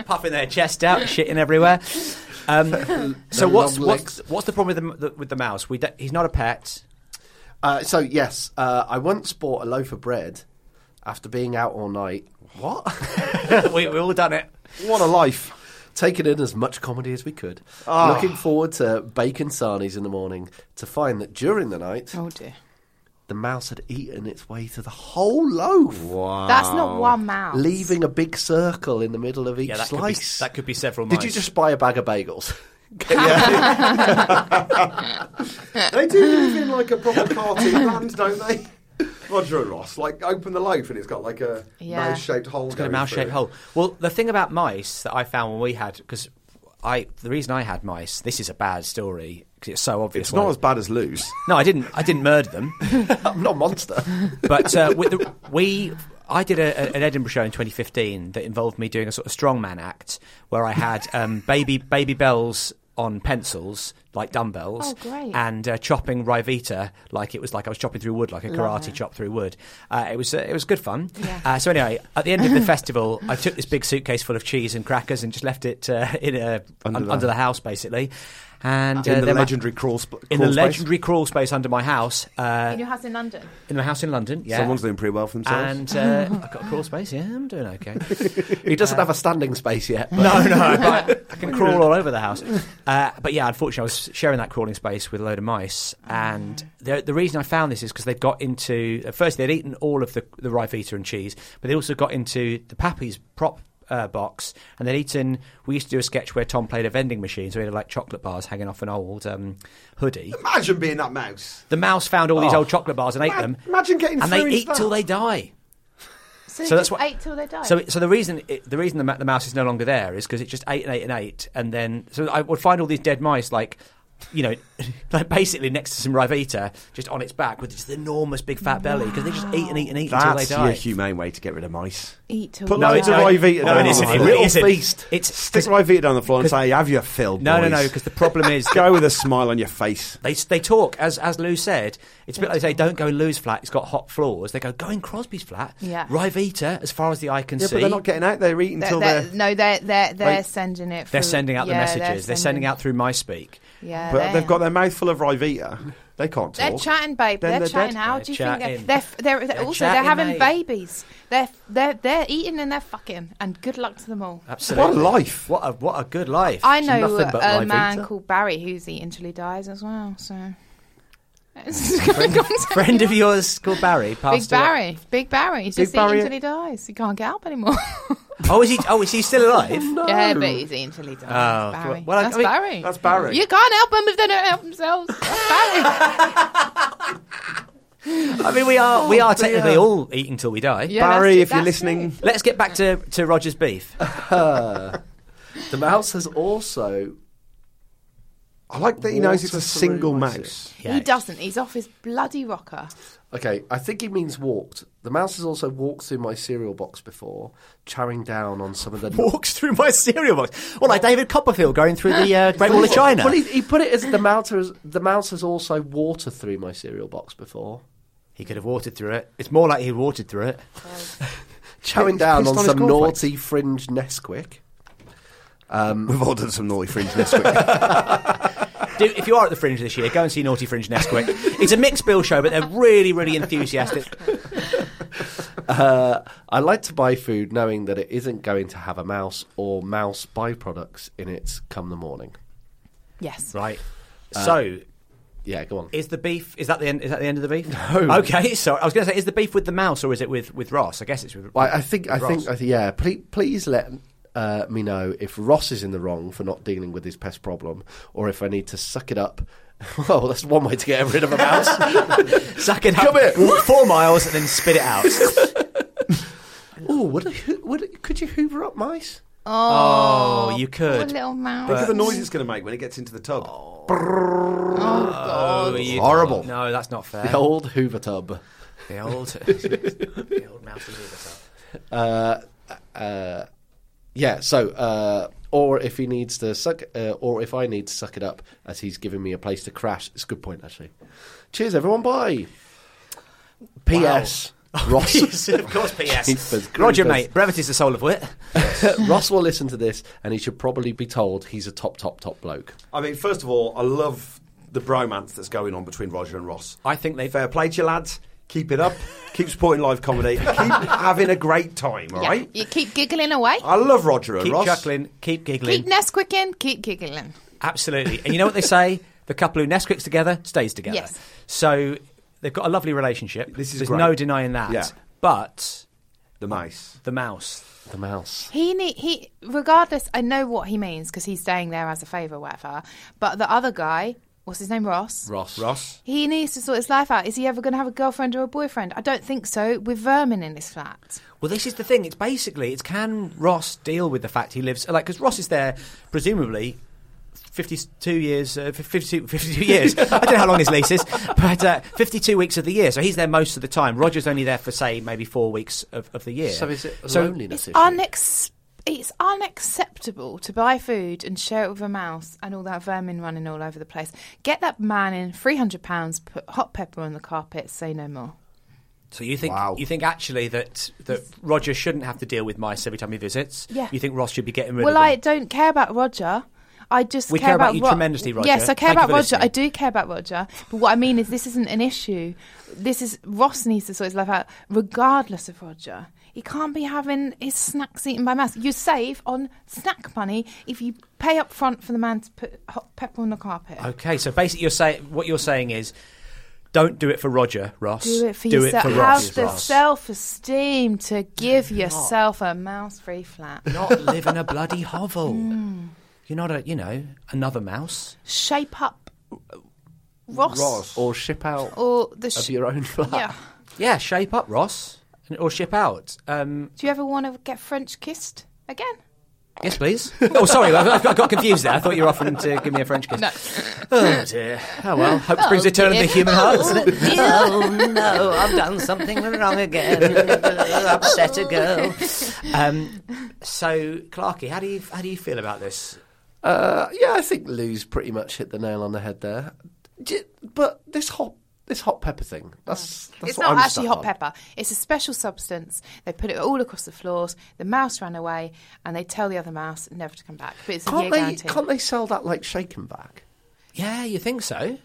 [SPEAKER 3] Oh, puffing their chest out, shitting everywhere. Um, so what's
[SPEAKER 6] long
[SPEAKER 3] what's what's the problem with the the- with the mouse? We don't- he's not a pet.
[SPEAKER 2] Uh, so yes, uh, I once bought a loaf of bread after being out all night. What?
[SPEAKER 3] we we all done it.
[SPEAKER 1] What a life.
[SPEAKER 2] Taking in as much comedy as we could.
[SPEAKER 3] Ah.
[SPEAKER 2] Looking forward to bacon sarnies in the morning to find that during the night
[SPEAKER 5] oh dear.
[SPEAKER 2] the mouse had eaten its way to the whole loaf,
[SPEAKER 1] Wow.
[SPEAKER 5] That's not one mouse.
[SPEAKER 2] leaving a big circle in the middle of each
[SPEAKER 3] Yeah, that could be,
[SPEAKER 2] slice.
[SPEAKER 3] that could be several.
[SPEAKER 2] Did
[SPEAKER 3] mice.
[SPEAKER 2] you just buy a bag of bagels?
[SPEAKER 1] They do live in like a proper cartoon land, don't they? Roger and Ross, like open the loaf and it's got like a
[SPEAKER 5] Yeah.
[SPEAKER 1] mouse-shaped hole.
[SPEAKER 3] It's got a mouse-shaped hole. Well, the thing about mice that I found when we had because I the reason I had mice. This is a bad story because it's so obvious.
[SPEAKER 1] It's not
[SPEAKER 3] why-
[SPEAKER 1] as bad as Lou's.
[SPEAKER 3] no, I didn't. I didn't murder them,
[SPEAKER 2] I'm not a monster.
[SPEAKER 3] but uh, with the, we. I did a, a- an Edinburgh show in 2015 that involved me doing a sort of strongman act where I had um, baby baby bells on pencils like dumbbells
[SPEAKER 5] Oh, great.
[SPEAKER 3] and uh, chopping Rivita like it was like I was chopping through wood like a karate chop through wood. Uh, it was uh, it was good fun. Uh, so anyway, at the end of the festival, I took this big suitcase full of cheese and crackers and just left it uh, in a un- under, the house basically. And uh,
[SPEAKER 1] in the
[SPEAKER 3] there might-
[SPEAKER 1] legendary crawl, sp-
[SPEAKER 3] in
[SPEAKER 1] crawl
[SPEAKER 3] the
[SPEAKER 1] space.
[SPEAKER 3] legendary crawl space under my house, uh,
[SPEAKER 5] In your house in London.
[SPEAKER 3] in my house in London. Yeah.
[SPEAKER 1] Someone's doing pretty well for themselves.
[SPEAKER 3] and uh, I've got a crawl space. Yeah, I'm doing okay.
[SPEAKER 2] He doesn't have a standing space yet. But
[SPEAKER 3] no, no, but I can crawl all over the house. Uh, but yeah, unfortunately, I was sharing that crawling space with a load of mice, and the, the reason I found this is because they'd got into at first they'd eaten all of the the rye feta and cheese, but they also got into the Pappy's prop. Uh, box and they'd eaten. We used to do a sketch where Tom played a vending machine, so he had like chocolate bars hanging off an old um, hoodie.
[SPEAKER 1] Imagine being that mouse.
[SPEAKER 3] The mouse found all these
[SPEAKER 1] Oh.
[SPEAKER 3] old chocolate bars and ate
[SPEAKER 1] Ma-
[SPEAKER 3] them.
[SPEAKER 1] imagine getting
[SPEAKER 3] and they
[SPEAKER 1] through
[SPEAKER 3] eat
[SPEAKER 1] that.
[SPEAKER 3] till they die.
[SPEAKER 5] So, they
[SPEAKER 3] So that's
[SPEAKER 5] just
[SPEAKER 3] what-
[SPEAKER 5] ate till they died.
[SPEAKER 3] So, so the reason it, the reason the, ma- the mouse is no longer there is because it just ate and ate and ate, and then so I would find all these dead mice like. You know, like basically next to some Rivita, just on its back with this enormous big fat belly because they just eat and eat and eat until they
[SPEAKER 1] That's
[SPEAKER 3] die.
[SPEAKER 1] a humane way to get rid of mice.
[SPEAKER 5] eat till
[SPEAKER 1] Put
[SPEAKER 5] they
[SPEAKER 1] loads of
[SPEAKER 5] died.
[SPEAKER 1] Rivita
[SPEAKER 3] No,
[SPEAKER 1] down
[SPEAKER 3] it isn't.
[SPEAKER 1] the
[SPEAKER 3] It
[SPEAKER 1] floor.
[SPEAKER 3] really
[SPEAKER 2] Little
[SPEAKER 3] isn't.
[SPEAKER 2] feast.
[SPEAKER 3] It's
[SPEAKER 1] Stick Rivita down the floor and say, "Have your fill."
[SPEAKER 3] no,
[SPEAKER 1] boys."
[SPEAKER 3] no, no, because the problem is
[SPEAKER 1] go with a smile on your face.
[SPEAKER 3] They, they talk as as Lou said. It's a bit like they say, don't go in Lou's flat. It's got hot floors. They go go in Crosby's flat.
[SPEAKER 5] Yeah.
[SPEAKER 3] Rivita, as far as the eye can
[SPEAKER 1] Yeah,
[SPEAKER 3] see.
[SPEAKER 1] but they're not getting out. They're eating
[SPEAKER 5] They're,
[SPEAKER 1] till
[SPEAKER 5] they're,
[SPEAKER 1] they're.
[SPEAKER 5] no, they're they're they're
[SPEAKER 1] Like-
[SPEAKER 5] sending it.
[SPEAKER 3] they're
[SPEAKER 5] through-
[SPEAKER 3] sending out
[SPEAKER 5] yeah,
[SPEAKER 3] the messages. They're sending out through MySpeak.
[SPEAKER 5] Yeah,
[SPEAKER 1] But
[SPEAKER 5] they
[SPEAKER 1] they've
[SPEAKER 5] are.
[SPEAKER 1] got their mouth full of Rivita. They can't
[SPEAKER 5] They're
[SPEAKER 1] talk.
[SPEAKER 5] chatting, babe.
[SPEAKER 1] Then
[SPEAKER 5] They're,
[SPEAKER 1] they're
[SPEAKER 5] chatting.
[SPEAKER 1] dead.
[SPEAKER 5] How
[SPEAKER 3] They're
[SPEAKER 5] do you
[SPEAKER 3] chatting.
[SPEAKER 5] think they're? They're, they're,
[SPEAKER 3] They're
[SPEAKER 5] also
[SPEAKER 3] chatting,
[SPEAKER 5] they're having
[SPEAKER 3] mate.
[SPEAKER 5] babies. They're they're they're eating and they're fucking. And good luck to them all.
[SPEAKER 1] What
[SPEAKER 3] Absolutely.
[SPEAKER 1] a life.
[SPEAKER 3] What a what a good life.
[SPEAKER 5] I know uh,
[SPEAKER 2] nothing but
[SPEAKER 5] a
[SPEAKER 2] live
[SPEAKER 5] man
[SPEAKER 2] eater.
[SPEAKER 5] called Barry who's eaten till he dies as well. So
[SPEAKER 3] friend of yours called Barry
[SPEAKER 5] Big
[SPEAKER 3] passed away.
[SPEAKER 5] Barry, Big Barry, he's just
[SPEAKER 1] Barry-
[SPEAKER 5] eating till he dies. He can't get up anymore.
[SPEAKER 3] Oh, is he? Oh, is he still alive?
[SPEAKER 5] Yeah, but he's eating till he dies.
[SPEAKER 3] Oh,
[SPEAKER 5] Barry.
[SPEAKER 3] well, I-
[SPEAKER 5] that's
[SPEAKER 3] I mean,
[SPEAKER 5] Barry.
[SPEAKER 1] That's Barry.
[SPEAKER 5] you can't help them if they don't help themselves. That's Barry.
[SPEAKER 3] I mean, we are we are technically all eating till we die.
[SPEAKER 5] Oh, Yeah, that's
[SPEAKER 1] Barry,
[SPEAKER 5] it,
[SPEAKER 1] if you're
[SPEAKER 5] that's
[SPEAKER 1] listening,
[SPEAKER 3] Let's get back to to Roger's beef.
[SPEAKER 2] the mouse has also
[SPEAKER 1] I like that he knows it's a
[SPEAKER 2] Water through
[SPEAKER 1] single
[SPEAKER 2] my
[SPEAKER 1] mouse.
[SPEAKER 5] it. He doesn't. He's off his bloody rocker.
[SPEAKER 2] Okay, I think he means walked. The mouse has also walked through my cereal box before, chowing down on some of the.
[SPEAKER 3] Walks through my cereal box. Well, like David Copperfield going through the uh, Great Wall of China.
[SPEAKER 2] Well, he, he put it as the mouse. Has, the mouse has also watered through my cereal box before,
[SPEAKER 3] He could have watered through it. It's more like he watered through it.
[SPEAKER 2] chowing
[SPEAKER 1] He's
[SPEAKER 2] down
[SPEAKER 1] pissed
[SPEAKER 2] on,
[SPEAKER 1] on his
[SPEAKER 2] some
[SPEAKER 1] cornflakes.
[SPEAKER 2] naughty fringe Nesquik.
[SPEAKER 1] We've ordered some naughty fringe this week.
[SPEAKER 3] Do, if you are at the Fringe this year, go and see Naughty Fringe Nesquik. it's a mixed bill show, but they're really, really enthusiastic.
[SPEAKER 2] Uh, I like to buy food knowing that it isn't going to have a mouse or mouse byproducts in it come the morning.
[SPEAKER 5] Yes.
[SPEAKER 3] Right. So,
[SPEAKER 2] Yeah, go on.
[SPEAKER 3] is the beef? Is that the end? Is that the end of the beef? Okay. So I was going to say, is the beef with the mouse or is it with, with Ross? I guess it's with.
[SPEAKER 2] Well, I think I
[SPEAKER 3] with
[SPEAKER 2] think
[SPEAKER 3] Ross.
[SPEAKER 2] I think yeah. Please, please let uh, me know if Ross is in the wrong for not dealing with his pest problem, or if I need to suck it up. Well, that's one way to get rid of a mouse.
[SPEAKER 3] Suck it up.
[SPEAKER 2] Come here.
[SPEAKER 3] Walk four miles and then spit it out.
[SPEAKER 2] oh, would, I, hoo- would I- could you Hoover up mice?
[SPEAKER 3] Oh, you
[SPEAKER 5] Poor
[SPEAKER 3] could.
[SPEAKER 5] little mouse.
[SPEAKER 1] Look at the noise it's going to make when it gets into the tub.
[SPEAKER 3] Oh, you-
[SPEAKER 2] Horrible.
[SPEAKER 3] No, that's not fair.
[SPEAKER 2] The old Hoover tub.
[SPEAKER 3] The old, the old mouse is over top.
[SPEAKER 2] Yeah. So, uh, or if he needs to suck, uh, or if I need to suck it up, as he's giving me a place to crash. It's a good point, actually. Cheers, everyone. Bye. P.S. Ross.
[SPEAKER 3] of course, P.S.
[SPEAKER 2] Jeepers
[SPEAKER 3] Roger,
[SPEAKER 2] creepers.
[SPEAKER 3] mate, brevity's the soul of wit.
[SPEAKER 2] Ross will listen to this, and he should probably be told he's a top, top, top bloke.
[SPEAKER 1] I mean, first of all, I love the bromance that's going on between Roger and Ross.
[SPEAKER 3] I think uh, they
[SPEAKER 1] Fair Uh, play to you, lads. Keep it up. keep supporting live comedy. Keep having a great time, all
[SPEAKER 5] Yeah.
[SPEAKER 1] right?
[SPEAKER 5] You keep giggling away.
[SPEAKER 1] I love Roger and
[SPEAKER 3] keep
[SPEAKER 1] Ross.
[SPEAKER 3] chuckling, keep giggling.
[SPEAKER 5] Keep Nesquicking. Keep giggling.
[SPEAKER 3] Absolutely. And you know what they say? The couple who Nesquicks together stays together.
[SPEAKER 5] Yes.
[SPEAKER 3] So they've got a lovely relationship.
[SPEAKER 1] This is
[SPEAKER 3] There's
[SPEAKER 1] great.
[SPEAKER 3] no denying that.
[SPEAKER 1] Yeah.
[SPEAKER 3] But
[SPEAKER 1] The mice.
[SPEAKER 3] the mouse.
[SPEAKER 2] The mouse.
[SPEAKER 5] He need, he regardless. I know what he means because he's staying there as a favour, whatever. But the other guy, what's his name, Ross?
[SPEAKER 2] Ross.
[SPEAKER 1] Ross.
[SPEAKER 5] He needs to sort his life out. Is he ever going to have a girlfriend or a boyfriend? I don't think so. With vermin in his flat,
[SPEAKER 3] Well, this is the thing. It's basically, it's can Ross deal with the fact he lives, like, because Ross is there, presumably, 52 years, uh, 52, 52 years. I don't know how long his lease is, but uh, 52 weeks of the year. So he's there most of the time. Roger's only there for, say, maybe four weeks of, of the year.
[SPEAKER 2] So is it a
[SPEAKER 3] So
[SPEAKER 2] loneliness
[SPEAKER 5] it's
[SPEAKER 2] issue?
[SPEAKER 5] unex- it's unacceptable to buy food and share it with a mouse and all that vermin running all over the place. Get that man in three hundred pounds. Put hot pepper on the carpet. Say no more.
[SPEAKER 3] So you think you think actually that that Roger shouldn't have to deal with mice every time he visits?
[SPEAKER 5] Yeah.
[SPEAKER 3] You think Ross should be getting rid
[SPEAKER 5] well,
[SPEAKER 3] of
[SPEAKER 5] I
[SPEAKER 3] them?
[SPEAKER 5] don't care about Roger. I just
[SPEAKER 3] We
[SPEAKER 5] care,
[SPEAKER 3] care about you
[SPEAKER 5] Ro-
[SPEAKER 3] tremendously, Roger.
[SPEAKER 5] Yes, I care
[SPEAKER 3] Thank you
[SPEAKER 5] about
[SPEAKER 3] for
[SPEAKER 5] Roger.
[SPEAKER 3] listening.
[SPEAKER 5] I do care about Roger. But what I mean is, this isn't an issue. This is Ross needs to sort his life out, regardless of Roger. He can't be having his snacks eaten by mouse. You save on snack money if you pay up front for the man to put hot pepper on the carpet.
[SPEAKER 3] Okay, so basically, you're saying what you're saying is, don't do it for Roger Ross.
[SPEAKER 5] Do it for
[SPEAKER 3] do
[SPEAKER 5] yourself.
[SPEAKER 3] It for
[SPEAKER 5] Have
[SPEAKER 3] Ross.
[SPEAKER 5] the self-esteem to give yourself a mouse-free flat.
[SPEAKER 3] Not live in a bloody hovel.
[SPEAKER 6] Hmm.
[SPEAKER 3] You're not a, you know, another mouse.
[SPEAKER 5] Shape up, Ross,
[SPEAKER 2] or ship out
[SPEAKER 5] or the
[SPEAKER 2] of
[SPEAKER 5] sh-
[SPEAKER 2] your own flat.
[SPEAKER 5] Oh. yeah.
[SPEAKER 3] Yeah, shape up, Ross, and- or ship out. Um,
[SPEAKER 5] Do you ever want to get French kissed again?
[SPEAKER 3] yes, please. oh, sorry, I, I got confused there. I thought you were offering to give me a French kiss. No. Oh dear. Oh well. Hope springs eternal in the human heart, doesn't it?
[SPEAKER 6] oh no, I've done something wrong again. Upset a girl.
[SPEAKER 3] Um, so, Clarky, how do you how do you feel about this?
[SPEAKER 2] Uh, yeah, I think Lou's pretty much hit the nail on the head there. J- But this hot this hot pepper thing, that's, that's
[SPEAKER 5] Mm. it's
[SPEAKER 2] what
[SPEAKER 5] not
[SPEAKER 2] I'm
[SPEAKER 5] actually
[SPEAKER 2] stuck
[SPEAKER 5] hot
[SPEAKER 2] on.
[SPEAKER 5] pepper. It's a special substance. They put it all across the floors. The mouse ran away, and they tell the other mouse never to come back. But it's a year
[SPEAKER 2] Can't they,
[SPEAKER 5] guarantee.
[SPEAKER 2] can't they sell that like shaken back?
[SPEAKER 3] Yeah, you think so?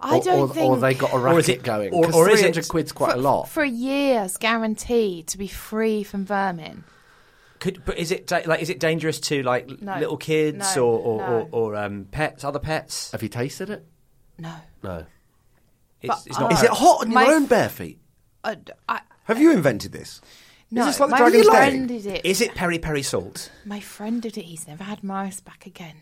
[SPEAKER 5] I
[SPEAKER 2] or,
[SPEAKER 5] don't
[SPEAKER 2] or,
[SPEAKER 5] think
[SPEAKER 2] Or they got a racket
[SPEAKER 3] Or is it-
[SPEAKER 2] going.
[SPEAKER 3] or-
[SPEAKER 2] 'Cause
[SPEAKER 3] or is it-
[SPEAKER 2] 300 quid's quite
[SPEAKER 5] for,
[SPEAKER 2] a lot.
[SPEAKER 5] for a year's guarantee to be free from vermin.
[SPEAKER 3] Could but is it da- like is it dangerous to like l-
[SPEAKER 5] No.
[SPEAKER 3] little kids
[SPEAKER 5] No.
[SPEAKER 3] or or,
[SPEAKER 5] No.
[SPEAKER 3] or, or um, pets, other pets?
[SPEAKER 2] Have you tasted it?
[SPEAKER 5] No.
[SPEAKER 2] No.
[SPEAKER 3] It's, it's
[SPEAKER 2] Is it hot in
[SPEAKER 5] My
[SPEAKER 2] your
[SPEAKER 5] f-
[SPEAKER 2] own bare feet?
[SPEAKER 5] I, I,
[SPEAKER 1] Have you invented this?
[SPEAKER 5] no.
[SPEAKER 1] this like the
[SPEAKER 5] my
[SPEAKER 1] Dragon's
[SPEAKER 5] friend
[SPEAKER 1] Den?
[SPEAKER 5] did it.
[SPEAKER 3] Is it peri peri salt?
[SPEAKER 5] My friend did it. He's never had Morris back again.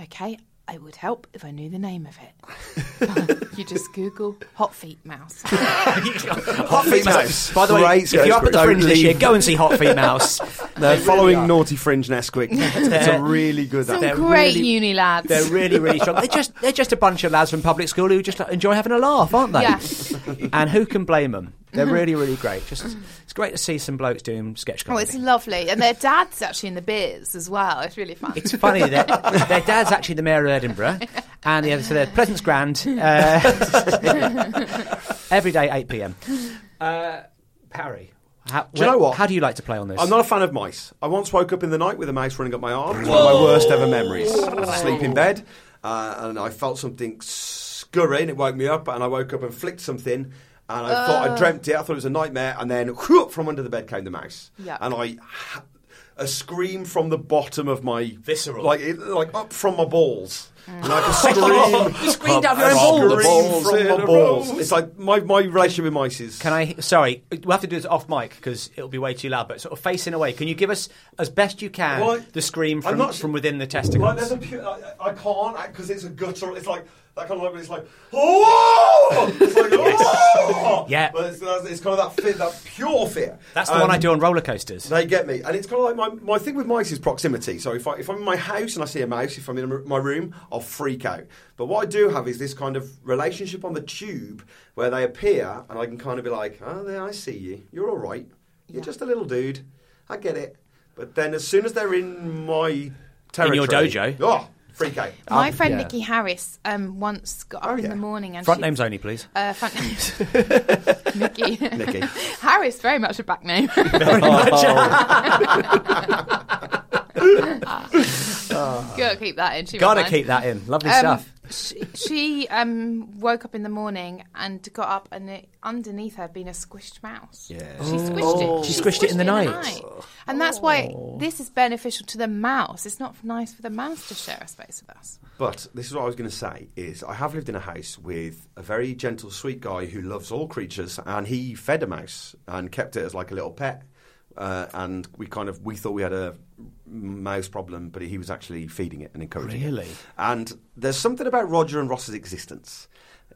[SPEAKER 5] Okay, it would help if I knew the name of it. you just Google hot feet mouse.
[SPEAKER 3] Hot feet
[SPEAKER 1] Mouse.
[SPEAKER 3] By the way,
[SPEAKER 1] Great
[SPEAKER 3] if you're up at the
[SPEAKER 1] Don't
[SPEAKER 3] fringe this
[SPEAKER 1] leave.
[SPEAKER 3] year, go and see Hot Feet Mouse.
[SPEAKER 1] They're following Naughty Fringe Nesquik. it's a really good
[SPEAKER 5] Some
[SPEAKER 1] app.
[SPEAKER 5] Oh, great
[SPEAKER 3] really-
[SPEAKER 5] uni lads.
[SPEAKER 3] They're really really strong. They're just they're just a bunch of lads from public school who just like, enjoy having a laugh, aren't they?
[SPEAKER 5] Yeah.
[SPEAKER 3] and who can blame them? They're really really great. Just it's great to see some blokes doing sketch
[SPEAKER 5] Oh,
[SPEAKER 3] comedy.
[SPEAKER 5] it's lovely. And their dad's actually in the beers as well. It's really fun.
[SPEAKER 3] It's funny that their dad's actually the mayor of Edinburgh, and the other so they're Pleasance Grand. uh, every day, eight pm. Uh, Harry, how,
[SPEAKER 1] Do you know what?
[SPEAKER 3] How do you like to play on this?
[SPEAKER 1] I'm not a fan of mice. I once woke up in the night with a mouse running up my arm. It's one of my worst ever memories. I was asleep in bed uh, and I felt something scurrying. It woke me up and I woke up and flicked something. And I thought
[SPEAKER 3] Uh.
[SPEAKER 1] I dreamt it. I thought it was a nightmare. And then whoop, from under the bed came the mouse.
[SPEAKER 5] Yeah.
[SPEAKER 1] And I. ha- A scream from the bottom of my
[SPEAKER 3] Visceral.
[SPEAKER 1] like it, like up from my balls, and I could scream.
[SPEAKER 3] Mm. You screamed out of
[SPEAKER 1] I
[SPEAKER 3] your own balls.
[SPEAKER 1] scream from
[SPEAKER 2] in
[SPEAKER 1] my
[SPEAKER 2] a
[SPEAKER 1] balls.
[SPEAKER 2] row.
[SPEAKER 1] It's like my, my relationship with mice is.
[SPEAKER 3] Can I? Sorry, we'll have to do this off mic because it'll be way too loud. But sort of facing away, can you give us as best you can
[SPEAKER 1] Well,
[SPEAKER 3] the scream from,
[SPEAKER 1] I'm not-
[SPEAKER 3] from within the
[SPEAKER 1] Like,
[SPEAKER 3] testicles?
[SPEAKER 1] there's a pu- I, I can't because it's a guttural. It's like that kind of like when it's like oh, it's like oh,
[SPEAKER 3] Yeah.
[SPEAKER 1] But it's, that's- it's kind of that fear, that pure fear.
[SPEAKER 3] That's the
[SPEAKER 1] Um,
[SPEAKER 3] one I do on roller coasters.
[SPEAKER 1] They get me, and it's kind of like my, my thing with mice is proximity. So if I if I'm in my house and I see a mouse, if I'm in my room, I'll freak out. But what I do have is this kind of relationship on the tube where they appear, and I can kind of be like, oh, there, I see you. You're all right. You're just a little dude. I get it. But then as soon as they're in my territory,
[SPEAKER 3] your dojo.
[SPEAKER 1] oh, freak out.
[SPEAKER 5] My friend
[SPEAKER 2] yeah.
[SPEAKER 5] Nikki Harris um, once got up
[SPEAKER 1] Oh,
[SPEAKER 5] in
[SPEAKER 1] yeah.
[SPEAKER 5] the morning and
[SPEAKER 3] Front
[SPEAKER 5] she,
[SPEAKER 3] names only, please.
[SPEAKER 5] Uh, front names. Nikki.
[SPEAKER 1] Nicky.
[SPEAKER 5] Harris, very much a back name.
[SPEAKER 1] Oh.
[SPEAKER 5] Gotta keep that in. She won't
[SPEAKER 3] Oh. Gotta
[SPEAKER 5] mind.
[SPEAKER 3] keep that in. Lovely
[SPEAKER 5] Um,
[SPEAKER 3] stuff.
[SPEAKER 5] she she um, woke up in the morning and got up, and it, underneath her had been a squished mouse. Yeah, she squished it.
[SPEAKER 3] Oh. She squished it in the night. Oh.
[SPEAKER 5] and that's why this is beneficial to the mouse. It's not nice for the mouse to share a space with us.
[SPEAKER 1] But this is what I was going to say is I have lived in a house with a very gentle, sweet guy who loves all creatures, and he fed a mouse and kept it as like a little pet. Uh, and we kind of we thought we had a mouse problem, but he was actually feeding it and encouraging it.
[SPEAKER 3] Really?
[SPEAKER 1] And there's something about Roger and Ross's existence.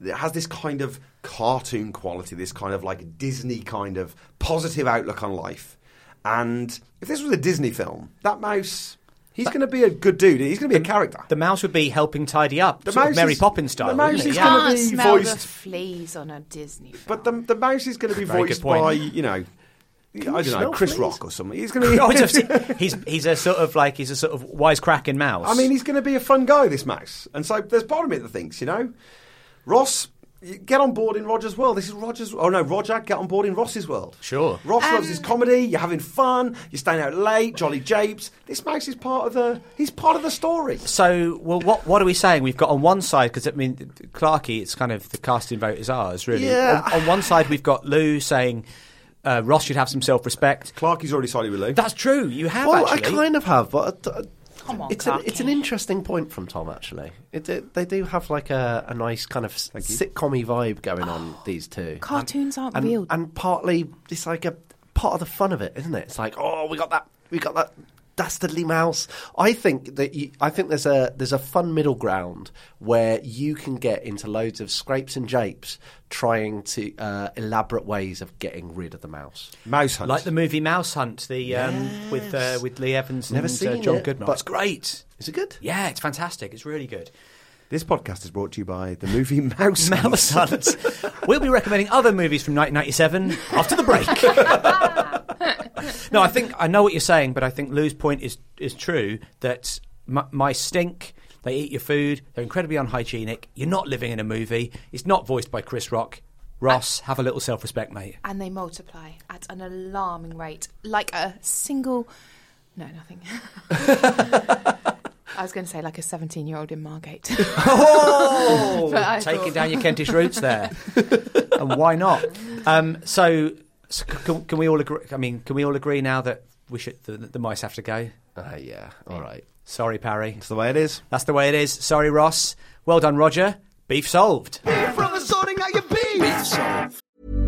[SPEAKER 1] It has this kind of cartoon quality, this kind of like Disney kind of positive outlook on life. And if this was a Disney film, that mouse, he's going to be a good dude. He's going to be a character.
[SPEAKER 3] The mouse would be helping tidy up,
[SPEAKER 1] The
[SPEAKER 3] sort of
[SPEAKER 1] mouse
[SPEAKER 3] Mary
[SPEAKER 1] is-
[SPEAKER 3] Poppins style.
[SPEAKER 1] the mouse
[SPEAKER 3] wouldn't it?
[SPEAKER 1] is
[SPEAKER 3] Yeah.
[SPEAKER 1] gonna
[SPEAKER 5] Can't
[SPEAKER 1] be
[SPEAKER 5] smell the
[SPEAKER 1] voiced-
[SPEAKER 5] fleas on a Disney film.
[SPEAKER 1] But the, the mouse is going to be
[SPEAKER 3] Very good
[SPEAKER 1] voiced
[SPEAKER 3] point.
[SPEAKER 1] by, you know, I don't know,
[SPEAKER 2] smell
[SPEAKER 1] Chris
[SPEAKER 2] fleas?
[SPEAKER 1] Rock or something. He's going
[SPEAKER 3] Oh,
[SPEAKER 1] to
[SPEAKER 3] it's
[SPEAKER 1] be.
[SPEAKER 3] a- he's he's a sort of like he's a sort of wisecracking mouse.
[SPEAKER 1] I mean, he's going to be a fun guy, this mouse. And so there's part of me that thinks, you know, Ross you get on board in Roger's world. This is Roger's. Oh no, Roger, get on board in Ross's world.
[SPEAKER 3] Sure.
[SPEAKER 1] Ross loves his comedy. You're having fun. You're staying out late. Jolly japes. This makes is part of the. He's part of the story.
[SPEAKER 3] So, well, what what are we saying? We've got on one side because I mean, Clarkey, it's kind of the casting vote is ours, really.
[SPEAKER 1] Yeah.
[SPEAKER 3] On, on one side, we've got Lou saying uh, Ross should have some self respect.
[SPEAKER 1] Clark is already siding with Lou.
[SPEAKER 3] That's true. You have
[SPEAKER 2] Well,
[SPEAKER 3] actually.
[SPEAKER 2] I kind of have, but I- I-
[SPEAKER 5] Come on,
[SPEAKER 2] it's an, it's an
[SPEAKER 5] Clarky.
[SPEAKER 2] interesting point from Tom. Actually, it, it- they do have like a, a nice kind of sitcomy vibe going on.
[SPEAKER 5] Oh.
[SPEAKER 2] These two
[SPEAKER 5] Cartoons aren't
[SPEAKER 2] and,
[SPEAKER 5] real.
[SPEAKER 2] and partly it's like a part of the fun of it, isn't it? It's like, oh, we got that, we got that dastardly mouse. I think that you, I think there's a there's a fun middle ground where you can get into loads of scrapes and japes trying to uh, elaborate ways of getting rid of the mouse.
[SPEAKER 1] Mouse hunt.
[SPEAKER 3] like the movie Mouse Hunt, the um, with uh, with Lee Evans
[SPEAKER 2] Never
[SPEAKER 3] and uh,
[SPEAKER 2] seen
[SPEAKER 3] John
[SPEAKER 2] it,
[SPEAKER 3] Goodman.
[SPEAKER 2] but-
[SPEAKER 3] It's great.
[SPEAKER 2] Is it good?
[SPEAKER 3] Yeah, it's fantastic. It's really good.
[SPEAKER 1] this podcast is brought to you by the movie Mouse. Hunt.
[SPEAKER 3] Mouse Hunt. we'll be recommending other movies from 1997 after the break. no, I think I know what you're saying, but I think Lou's point is is true that my, my stink. They eat your food. They're incredibly unhygienic. You're not living in a movie. It's not voiced by Chris Rock. Ross, have a little self-respect, mate.
[SPEAKER 5] and they multiply at an alarming rate, like a single. No, nothing. I was going to say like a seventeen-year-old in Margate.
[SPEAKER 3] Oh,
[SPEAKER 5] But I
[SPEAKER 3] taking
[SPEAKER 5] thought-
[SPEAKER 3] down your Kentish roots there, and why not? Um, so, so c- can, can we all agree? I mean, can we all agree now that we should the, the mice have to go?
[SPEAKER 7] Uh,
[SPEAKER 2] Ah, yeah. All right.
[SPEAKER 3] Sorry, Parry.
[SPEAKER 1] That's the way it is.
[SPEAKER 3] That's the way it is. Sorry, Ross. Well done, Roger. Beef solved.
[SPEAKER 4] Beef from the sorting out your beef.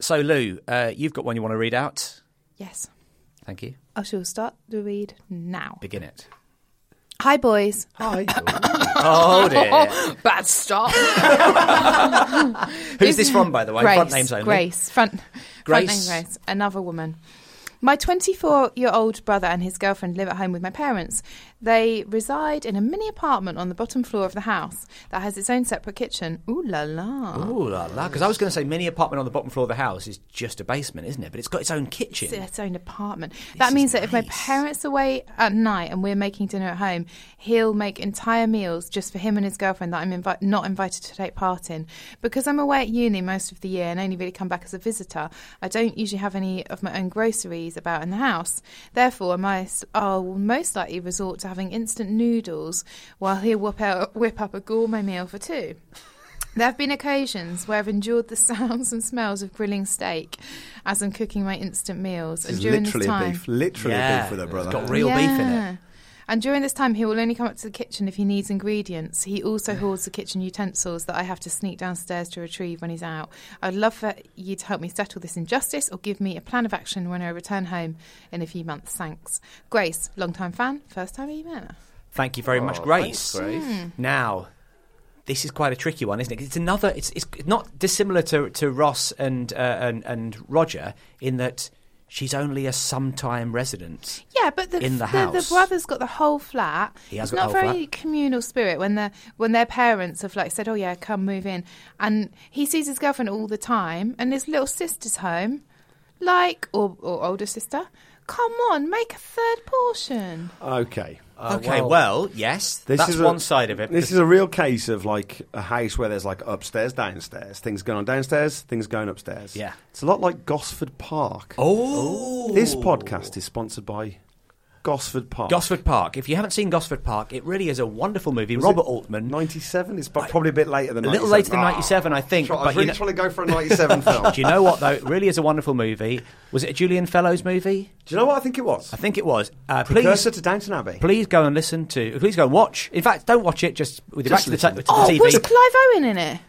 [SPEAKER 3] So, Lou, uh, you've got one you want to read out.
[SPEAKER 5] yes,
[SPEAKER 3] Thank you.
[SPEAKER 5] I shall start the read now.
[SPEAKER 3] Begin it.
[SPEAKER 5] Hi, boys.
[SPEAKER 3] Oh dear.
[SPEAKER 5] Bad start.
[SPEAKER 3] Who's this from, by the way?
[SPEAKER 5] Grace,
[SPEAKER 3] Front names only.
[SPEAKER 5] Grace. Front, front name
[SPEAKER 3] Grace.
[SPEAKER 5] Grace. Another woman. My 24 year old brother and his girlfriend live at home with my parents. They reside in a mini apartment on the bottom floor of the house that has its own separate kitchen. Ooh la la.
[SPEAKER 3] Ooh la la! Because I was going to say, mini apartment on the bottom floor of the house is just a basement, isn't it? But it's got its own kitchen.
[SPEAKER 5] It's its own apartment. that means that if my parents are away at night and we're making dinner at home, he'll make entire meals just for him and his girlfriend that I'm invi- not invited to take part in. Because I'm away at uni most of the year and only really come back as a visitor, I don't usually have any of my own groceries about in the house. Therefore, my I will most likely resort to having instant noodles while he'll whip, out, whip up a gourmet meal for two. There have been occasions where I've endured the sounds and smells of grilling steak as I'm cooking my instant meals. and
[SPEAKER 1] It's
[SPEAKER 5] during
[SPEAKER 1] literally
[SPEAKER 5] this time,
[SPEAKER 1] a beef. Literally a beef with her brother.
[SPEAKER 3] It's got real beef in it.
[SPEAKER 5] And during this time, he will only come up to the kitchen if he needs ingredients. He also hoards the kitchen utensils that I have to sneak downstairs to retrieve when he's out. I'd love for you to help me settle this injustice or give me a plan of action when I return home in a few months. Thanks. Grace, long time fan, first time emailer.
[SPEAKER 3] Thank you very
[SPEAKER 1] Oh,
[SPEAKER 3] much, Grace.
[SPEAKER 5] Hmm.
[SPEAKER 3] Now, this is quite a tricky one, isn't it? 'Cause It's another. It's it's not dissimilar to to Ross and uh, and and Roger in that she's only a sometime resident.
[SPEAKER 5] Yeah, but the,
[SPEAKER 3] In the
[SPEAKER 5] the,
[SPEAKER 3] house.
[SPEAKER 5] brother's got the whole flat.
[SPEAKER 3] He has
[SPEAKER 5] it's
[SPEAKER 3] got
[SPEAKER 5] not
[SPEAKER 3] the whole
[SPEAKER 5] very communal spirit when the when their parents have like said, "Oh yeah, come move in," and he sees his girlfriend all the time, and his little sister's home, like or, or older sister. Come on, make a third portion.
[SPEAKER 1] Okay.
[SPEAKER 3] okay, well, yes, Uh, that's
[SPEAKER 1] a-
[SPEAKER 3] one side of it.
[SPEAKER 1] This is a real case of like a house where there's like upstairs, downstairs, things going on downstairs, things going upstairs.
[SPEAKER 3] Yeah.
[SPEAKER 1] It's a lot like Gosford Park.
[SPEAKER 3] oh,
[SPEAKER 1] This podcast is sponsored by Gosford Park.
[SPEAKER 3] Gosford Park. If you haven't seen Gosford Park, it really is a wonderful movie.
[SPEAKER 1] Was
[SPEAKER 3] Robert
[SPEAKER 1] it
[SPEAKER 3] Altman.
[SPEAKER 1] 97? It's bu- probably a bit later than
[SPEAKER 3] A little later than
[SPEAKER 1] Ah,
[SPEAKER 3] 97, I think,
[SPEAKER 1] try- I
[SPEAKER 3] but
[SPEAKER 1] was
[SPEAKER 3] you
[SPEAKER 1] really
[SPEAKER 3] know-
[SPEAKER 1] trying to go for a 97 film.
[SPEAKER 3] Do you know what though? It really is a wonderful movie. Was it a Julian Fellows movie?
[SPEAKER 1] Do you know what I think it was?
[SPEAKER 3] I think it was. Uh,
[SPEAKER 1] Precursor
[SPEAKER 3] please,
[SPEAKER 1] to Downton Abbey.
[SPEAKER 3] please go and listen to. Please go and watch. In fact, don't watch it. Just with your
[SPEAKER 1] Just
[SPEAKER 3] back to the,
[SPEAKER 1] listen.
[SPEAKER 3] t- to the
[SPEAKER 5] Oh,
[SPEAKER 3] TV.
[SPEAKER 5] was Clive Owen in it?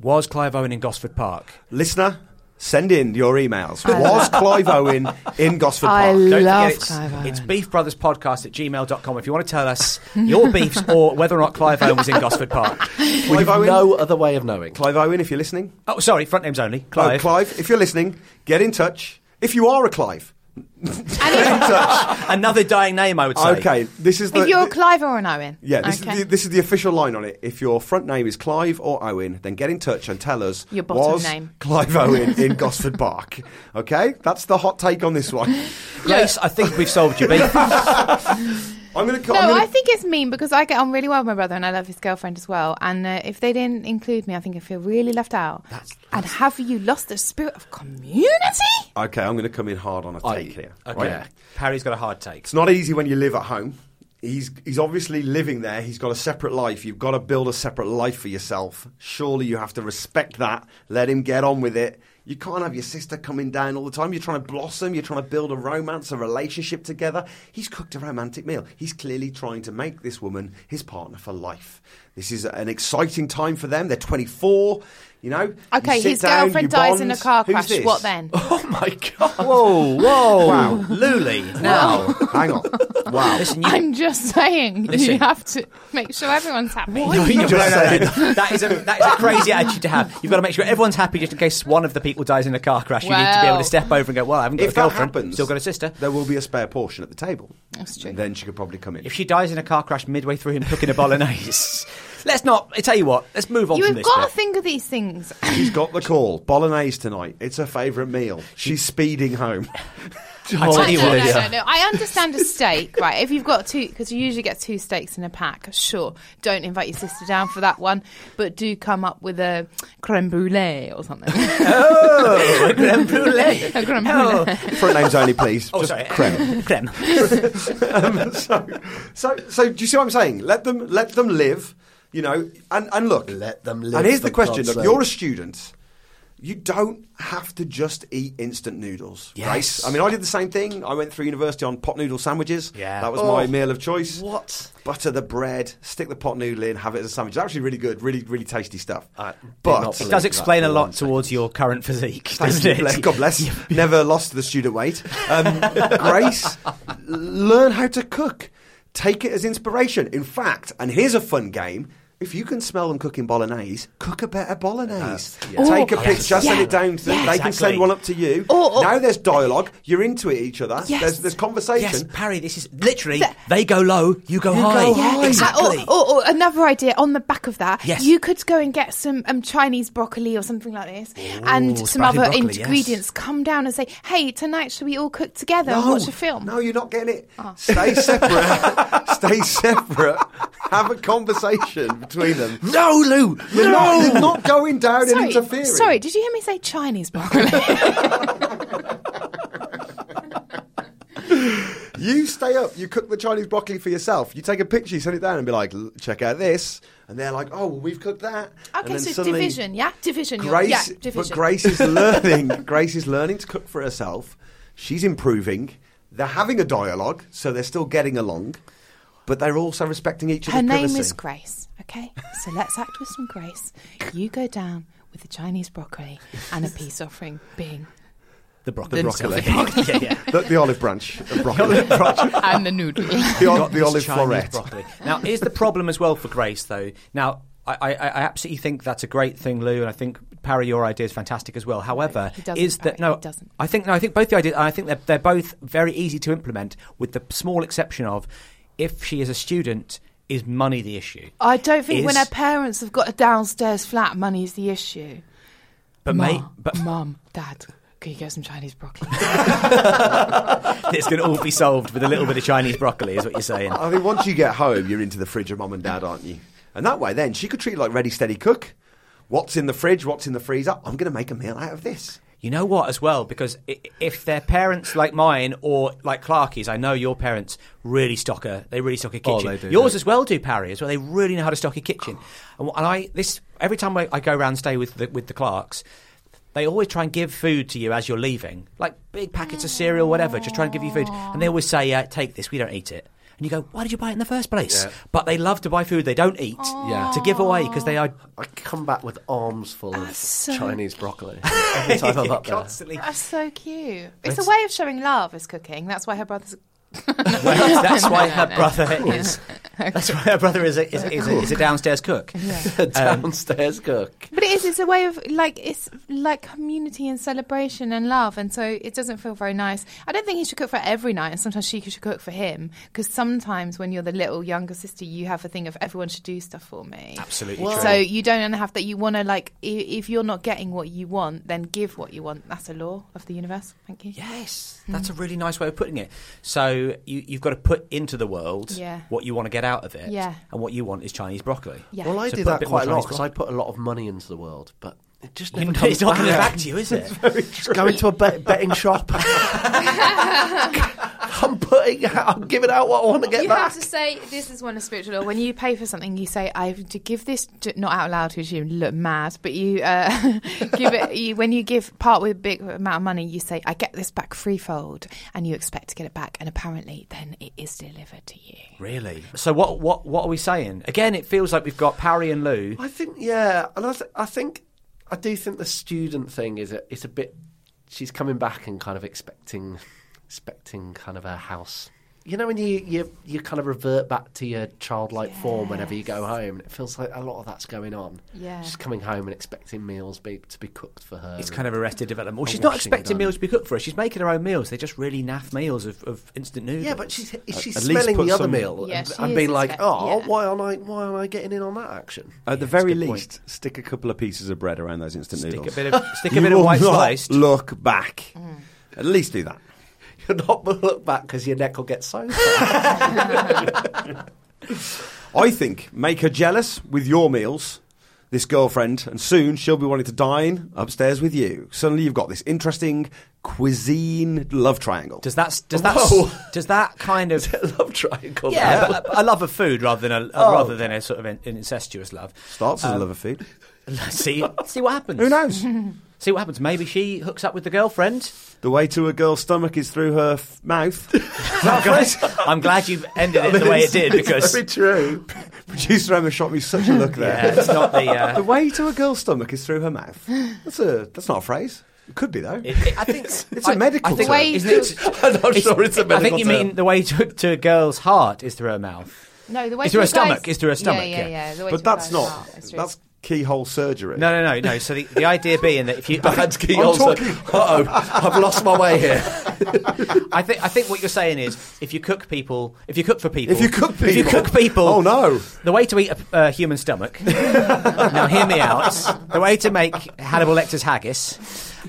[SPEAKER 3] Was Clive Owen in Gosford Park?
[SPEAKER 1] Listener, send in your emails. Was Clive Owen in Gosford
[SPEAKER 5] I
[SPEAKER 1] Park?
[SPEAKER 5] love-
[SPEAKER 3] Don't
[SPEAKER 5] Love
[SPEAKER 3] forget it's,
[SPEAKER 5] Clive Owen.
[SPEAKER 3] it's beefbrotherspodcast at gmail.com if you want to tell us your beefs or whether or not Clive Owen was in Gosford Park.
[SPEAKER 1] Clive Owen.
[SPEAKER 2] No other way of knowing.
[SPEAKER 1] Clive Owen, if you're listening.
[SPEAKER 3] Oh, sorry, front names only. Clive.
[SPEAKER 1] Oh, Clive, if you're listening, get in touch. If you are a Clive, get in touch.
[SPEAKER 3] Another dying name, I would say.
[SPEAKER 1] Okay, this is the.
[SPEAKER 5] If you're a
[SPEAKER 1] the-
[SPEAKER 5] Clive or an Owen.
[SPEAKER 1] yeah, this,
[SPEAKER 5] okay.
[SPEAKER 1] is the, this is the official line on it. If your front name is Clive or Owen, then get in touch and tell us
[SPEAKER 5] Your bottom
[SPEAKER 1] was
[SPEAKER 5] name.
[SPEAKER 1] Clive Owen in Gosford Park. Okay, that's the hot take on this one.
[SPEAKER 3] Grace, I think we've solved your beef.
[SPEAKER 1] I'm going to.
[SPEAKER 5] no,
[SPEAKER 1] I'm gonna,
[SPEAKER 5] I think it's mean because I get on really well with my brother and I love his girlfriend as well. And uh, if they didn't include me, I think I feel really left out. and have you lost the spirit of community?
[SPEAKER 1] Okay, I'm going to come in hard on a take here.
[SPEAKER 3] Okay.
[SPEAKER 1] right?
[SPEAKER 3] Harry's got a hard take.
[SPEAKER 1] It's not easy when you live at home. He's he's obviously living there. He's got a separate life. You've got to build a separate life for yourself. Surely you have to respect that. Let him get on with it. You can't have your sister coming down all the time. You're trying to blossom. You're trying to build a romance, a relationship together. He's cooked a romantic meal. He's clearly trying to make this woman his partner for life. This is an exciting time for them. They're 24. You know.
[SPEAKER 5] Okay,
[SPEAKER 1] You sit
[SPEAKER 5] his
[SPEAKER 1] down,
[SPEAKER 5] girlfriend
[SPEAKER 1] you
[SPEAKER 5] dies in a
[SPEAKER 1] bond.
[SPEAKER 5] car
[SPEAKER 1] Who's
[SPEAKER 5] crash.
[SPEAKER 1] this?
[SPEAKER 5] What then?
[SPEAKER 3] Oh my god! Whoa,
[SPEAKER 1] Oh.
[SPEAKER 3] whoa! Wow, Luli. Now,
[SPEAKER 1] Wow. Hang on. Wow.
[SPEAKER 3] listen, you,
[SPEAKER 5] I'm just saying, you
[SPEAKER 3] Listen.
[SPEAKER 5] have to make sure everyone's happy.
[SPEAKER 3] No, you-
[SPEAKER 1] Just
[SPEAKER 3] no, no, no.
[SPEAKER 1] saying.
[SPEAKER 3] That is a that is a crazy attitude to have. You've got to make sure everyone's happy, just in case one of the people dies in a car crash. You need to be able
[SPEAKER 5] Well.
[SPEAKER 3] to step over and go. Well, I haven't got
[SPEAKER 1] if
[SPEAKER 3] a
[SPEAKER 1] that
[SPEAKER 3] girlfriend.
[SPEAKER 1] happens,
[SPEAKER 3] Still got a sister.
[SPEAKER 1] There will be a spare portion at the table.
[SPEAKER 5] That's true.
[SPEAKER 1] Then she could probably come in.
[SPEAKER 3] If she dies in a car crash midway through him cooking a bolognese, let's not. I tell you what. Let's move on
[SPEAKER 5] You
[SPEAKER 3] from
[SPEAKER 5] have
[SPEAKER 3] this.
[SPEAKER 5] got to
[SPEAKER 3] bit.
[SPEAKER 5] think of these things.
[SPEAKER 1] She's got the call. Bolognese tonight. It's her favourite meal. She's speeding home.
[SPEAKER 3] I tell you
[SPEAKER 5] no,
[SPEAKER 3] what.
[SPEAKER 5] no, no, no. I understand a steak, right? If you've got two, because you usually get two steaks in a pack, sure. Don't invite your sister down for that one, but do come up with a creme brulee or something.
[SPEAKER 3] Oh, a creme brulee.
[SPEAKER 5] A creme
[SPEAKER 3] Oh.
[SPEAKER 1] Front names only, please.
[SPEAKER 3] Oh,
[SPEAKER 1] Just
[SPEAKER 3] sorry.
[SPEAKER 1] Creme.
[SPEAKER 3] Creme.
[SPEAKER 1] Um, so, so, so, do you see what I'm saying? Let them, let them live. You know, and and look.
[SPEAKER 2] Let them live,
[SPEAKER 1] And here's
[SPEAKER 2] for
[SPEAKER 1] the question:
[SPEAKER 2] God's
[SPEAKER 1] Look,
[SPEAKER 2] sake.
[SPEAKER 1] you're a student. You don't have to just eat instant noodles.
[SPEAKER 3] Yes.
[SPEAKER 1] Grace. I mean, I did the same thing. I went through university on pot noodle sandwiches.
[SPEAKER 3] Yeah.
[SPEAKER 1] That was
[SPEAKER 3] Oh.
[SPEAKER 1] my meal of choice.
[SPEAKER 2] What?
[SPEAKER 1] butter the bread, stick the pot noodle in, have it as a sandwich. It's actually really good, really, really tasty stuff.
[SPEAKER 2] not
[SPEAKER 1] but
[SPEAKER 2] believe
[SPEAKER 3] It does
[SPEAKER 2] that
[SPEAKER 3] explain
[SPEAKER 2] for
[SPEAKER 3] a
[SPEAKER 2] one
[SPEAKER 3] lot
[SPEAKER 2] second.
[SPEAKER 3] towards your current physique,
[SPEAKER 1] Thank
[SPEAKER 3] doesn't
[SPEAKER 1] you,
[SPEAKER 3] it?
[SPEAKER 1] bless- God bless. Never lost the student weight. Um, Grace, learn how to cook. Take it as inspiration. In fact, and here's a fun game. If you can smell them cooking bolognese, cook a better bolognese.
[SPEAKER 2] yeah.
[SPEAKER 1] Take a
[SPEAKER 5] Ooh,
[SPEAKER 1] picture, send
[SPEAKER 5] yes, yeah,
[SPEAKER 1] it down to them.
[SPEAKER 5] yes.
[SPEAKER 1] They can
[SPEAKER 3] Exactly.
[SPEAKER 1] send one up to you.
[SPEAKER 5] Or- or-
[SPEAKER 1] now there's dialogue. You're into it, each other.
[SPEAKER 5] Yes.
[SPEAKER 1] There's, there's conversation.
[SPEAKER 3] Yes, Parry, this is literally
[SPEAKER 5] The-
[SPEAKER 3] they go low, you go high.
[SPEAKER 1] go high.
[SPEAKER 3] Exactly.
[SPEAKER 5] Or, or, or oh, another idea on the back of that,
[SPEAKER 3] Yes.
[SPEAKER 5] you could go and get some um, Chinese broccoli or something like this, and some
[SPEAKER 3] sprouted
[SPEAKER 5] other
[SPEAKER 3] broccoli, yes.
[SPEAKER 5] ingredients. Come down and say, "Hey, tonight should we all cook together and watch a film?" Oh.
[SPEAKER 1] No, you're not getting it. Stay separate. Stay separate. Have a conversation between them.
[SPEAKER 3] No, Lou.
[SPEAKER 1] You're, not, you're not going down
[SPEAKER 5] sorry,
[SPEAKER 1] and interfering.
[SPEAKER 5] sorry, did you hear me say Chinese broccoli?
[SPEAKER 1] You stay up. You cook the Chinese broccoli for yourself. You take a picture, you send it down, and be like, "L- check out this. And they're like, oh, well, we've cooked that. And
[SPEAKER 5] okay,
[SPEAKER 1] then
[SPEAKER 5] so
[SPEAKER 1] suddenly-
[SPEAKER 5] division, yeah, division. you're-
[SPEAKER 1] Grace,
[SPEAKER 5] yeah, division.
[SPEAKER 1] but Grace is learning. Grace is learning to cook for herself. She's improving. They're having a dialogue, so they're still getting along, but they're also respecting each other's
[SPEAKER 5] Her name
[SPEAKER 1] privacy.
[SPEAKER 5] is Grace. Okay, so let's act with some grace. You go down with the Chinese broccoli and a peace offering being
[SPEAKER 1] The
[SPEAKER 3] The broccoli.
[SPEAKER 1] broccoli.
[SPEAKER 3] yeah, yeah.
[SPEAKER 1] the, the olive branch. of broccoli.
[SPEAKER 5] and the noodle.
[SPEAKER 1] the, ol-
[SPEAKER 3] Got
[SPEAKER 1] the
[SPEAKER 3] this
[SPEAKER 1] olive
[SPEAKER 3] Chinese
[SPEAKER 1] floret.
[SPEAKER 3] broccoli. Now, here's the problem as well for Grace, though. Now, I, I, I absolutely think that's a great thing, Lou, and I think Parry, your idea is fantastic as well. However,
[SPEAKER 5] he doesn't,
[SPEAKER 3] is that
[SPEAKER 5] Parry,
[SPEAKER 3] no?
[SPEAKER 5] he doesn't.
[SPEAKER 3] I think no. I think both the ideas. I think they're, they're both very easy to implement, with the small exception of if she is a student, is money the issue?
[SPEAKER 5] I don't think when
[SPEAKER 3] Is-
[SPEAKER 5] her parents have got a downstairs flat, money is the issue.
[SPEAKER 3] But
[SPEAKER 5] Ma,
[SPEAKER 3] mate, but
[SPEAKER 5] mum, dad, can you get some Chinese broccoli?
[SPEAKER 3] it's going to all be solved with a little bit of Chinese broccoli, is what you're saying.
[SPEAKER 1] I mean, once you get home, you're into the fridge of mum and dad, aren't you? And that way, then she could treat it like ready, steady cook. What's in the fridge? What's in the freezer? I'm going to make a meal out of this.
[SPEAKER 3] You know what, as well, because i- if their parents like mine or like Clarky's, I know your parents really stock a they really stock a
[SPEAKER 2] Oh,
[SPEAKER 3] kitchen.
[SPEAKER 2] they do,
[SPEAKER 3] Yours
[SPEAKER 2] yeah.
[SPEAKER 3] as well do, Parry, as well. They really know how to stock a kitchen. And, wh- and I this every time I, I go around and stay with the, with the Clarks. They always try and give food to you as you're leaving, like big packets of cereal, whatever. Just try and give you food, and they always say, uh, "Take this, we don't eat it." And you go, "Why did you buy it in the first place?"
[SPEAKER 2] Yeah.
[SPEAKER 3] But they love to buy food they don't eat
[SPEAKER 2] Yeah.
[SPEAKER 3] to give away because they are
[SPEAKER 2] I come back with arms full of
[SPEAKER 5] so-
[SPEAKER 2] Chinese broccoli every time I'm up there.
[SPEAKER 3] constantly.
[SPEAKER 5] That's so cute. It's, a way of showing love is cooking. That's why her brother's.
[SPEAKER 3] Well, that's why
[SPEAKER 5] no,
[SPEAKER 3] her
[SPEAKER 5] no.
[SPEAKER 3] brother is. That's why her brother is a, is, is, a, is a downstairs cook. Um,
[SPEAKER 2] Downstairs cook.
[SPEAKER 5] But it is. It's a way of like it's like community and celebration and love, and so it doesn't feel very nice. I don't think he should cook for every night, and sometimes she should cook for him because sometimes when you're the little younger sister, you have a thing of everyone should do stuff for me.
[SPEAKER 3] Absolutely true.
[SPEAKER 5] So you don't have that. You want to like i- if you're not getting what you want, then give what you want. That's a law of the universe. Thank you.
[SPEAKER 3] Yes, that's a really nice way of putting it. So you, you've got to put into the world
[SPEAKER 5] Yeah.
[SPEAKER 3] what you want to get out of it,
[SPEAKER 5] Yeah.
[SPEAKER 3] and what you want is Chinese broccoli.
[SPEAKER 5] Yeah.
[SPEAKER 2] Well, I
[SPEAKER 3] So
[SPEAKER 2] do
[SPEAKER 3] put a
[SPEAKER 2] that
[SPEAKER 3] bit more
[SPEAKER 2] quite a lot
[SPEAKER 3] Chinese
[SPEAKER 2] because I put a lot of money into the world, but it just
[SPEAKER 3] You
[SPEAKER 2] never
[SPEAKER 3] know,
[SPEAKER 2] comes
[SPEAKER 3] it's not coming
[SPEAKER 2] back.
[SPEAKER 3] back to you, is it?
[SPEAKER 2] Just go into a bet- betting shop. I'm putting, I'm giving out what I want to get
[SPEAKER 5] you
[SPEAKER 2] back.
[SPEAKER 5] have to say this is one of spiritual law. When you pay for something, you say I have to give this to, not out loud because you look mad, but you uh, give it. You, when you give part with a big amount of money, you say I get this back threefold, and you expect to get it back, and apparently then it is delivered to you.
[SPEAKER 3] really? So what? What? What are we saying? Again, it feels like we've got Parry and Lou.
[SPEAKER 2] I think, yeah, and I, th- I think I do think the student thing is a, it's a bit. She's coming back and kind of expecting, expecting kind of a house. You know when you you, you kind of revert back to your childlike form whenever you go home. It feels like a lot of that's going on.
[SPEAKER 5] Yeah.
[SPEAKER 2] she's coming home and expecting meals be, to be cooked for her.
[SPEAKER 3] It's kind of arrested development. Well,
[SPEAKER 2] A
[SPEAKER 3] she's not
[SPEAKER 2] washing
[SPEAKER 3] expecting
[SPEAKER 2] done.
[SPEAKER 3] meals to be cooked for her. She's making her own meals. They're just really naff meals of, of instant noodles.
[SPEAKER 2] yeah, but she's is she
[SPEAKER 1] At least
[SPEAKER 2] smelling
[SPEAKER 1] put
[SPEAKER 2] the other
[SPEAKER 1] some-
[SPEAKER 2] meal
[SPEAKER 5] Yeah,
[SPEAKER 2] and,
[SPEAKER 5] she
[SPEAKER 2] and
[SPEAKER 5] is
[SPEAKER 2] being like,
[SPEAKER 5] expect-
[SPEAKER 2] oh,
[SPEAKER 5] yeah.
[SPEAKER 2] why aren't I why aren't I getting in on that action?
[SPEAKER 1] At the
[SPEAKER 2] Yeah,
[SPEAKER 1] very
[SPEAKER 2] it's a good point.
[SPEAKER 1] least, stick a couple of pieces of bread around those instant
[SPEAKER 3] stick a
[SPEAKER 1] noodles.
[SPEAKER 3] bit of stick a
[SPEAKER 1] You
[SPEAKER 3] bit of
[SPEAKER 1] will
[SPEAKER 3] white
[SPEAKER 1] not
[SPEAKER 3] sliced. Mm.
[SPEAKER 1] Look back. At least do that.
[SPEAKER 2] you're not gonna look back because your neck will get so. fat.
[SPEAKER 1] I think make her jealous with your meals, this girlfriend, and soon she'll be wanting to dine upstairs with you. Suddenly you've got this interesting cuisine love triangle.
[SPEAKER 3] Does that does that does that kind of
[SPEAKER 2] Love triangle.
[SPEAKER 3] Yeah, but a, a love of food rather than a, a- rather than a sort of an, an incestuous love.
[SPEAKER 1] Oh.
[SPEAKER 3] Uh,
[SPEAKER 1] Starts
[SPEAKER 3] Um,
[SPEAKER 1] as a love of food.
[SPEAKER 3] see, see what happens.
[SPEAKER 1] Who knows?
[SPEAKER 3] See what happens. Maybe she hooks up with the girlfriend.
[SPEAKER 1] the way to a girl's stomach is through her f- mouth.
[SPEAKER 3] Guys, I'm glad you ended it the way it did because
[SPEAKER 2] Very true.
[SPEAKER 1] Producer Emma shot me such a look there.
[SPEAKER 3] yeah, it's not the.
[SPEAKER 1] The
[SPEAKER 3] Uh,
[SPEAKER 1] way to a girl's stomach is through her mouth. That's a that's not a phrase. It could be though.
[SPEAKER 3] it- it- I think
[SPEAKER 1] It's a medical
[SPEAKER 3] think-
[SPEAKER 1] term.
[SPEAKER 5] Way
[SPEAKER 3] isn't it-
[SPEAKER 2] I'm not sure it's a
[SPEAKER 3] I think
[SPEAKER 2] medical
[SPEAKER 3] you
[SPEAKER 2] term.
[SPEAKER 3] mean the way to, to a girl's heart is through her mouth.
[SPEAKER 5] No, the way
[SPEAKER 3] It's through
[SPEAKER 5] to
[SPEAKER 3] her stomach,
[SPEAKER 5] guy's-
[SPEAKER 3] it's through her stomach,
[SPEAKER 5] Yeah,
[SPEAKER 3] yeah.
[SPEAKER 5] yeah, yeah. the way
[SPEAKER 1] but
[SPEAKER 5] to a
[SPEAKER 1] that's
[SPEAKER 5] guy's
[SPEAKER 1] not
[SPEAKER 5] heart, it's true.
[SPEAKER 1] that's keyhole surgery.
[SPEAKER 3] No, no, no, no. So the, the idea being that if you, I
[SPEAKER 2] Bad
[SPEAKER 3] think-
[SPEAKER 2] key
[SPEAKER 3] I'm
[SPEAKER 2] also.
[SPEAKER 3] talking-
[SPEAKER 2] Uh oh, I've lost my way here.
[SPEAKER 3] I think I think what you're saying is if you cook people, if you cook for people,
[SPEAKER 1] If you cook people,
[SPEAKER 3] if you cook people,
[SPEAKER 1] oh no,
[SPEAKER 3] The way to eat a uh, human stomach. now hear me out. The way to make Hannibal Lecter's haggis.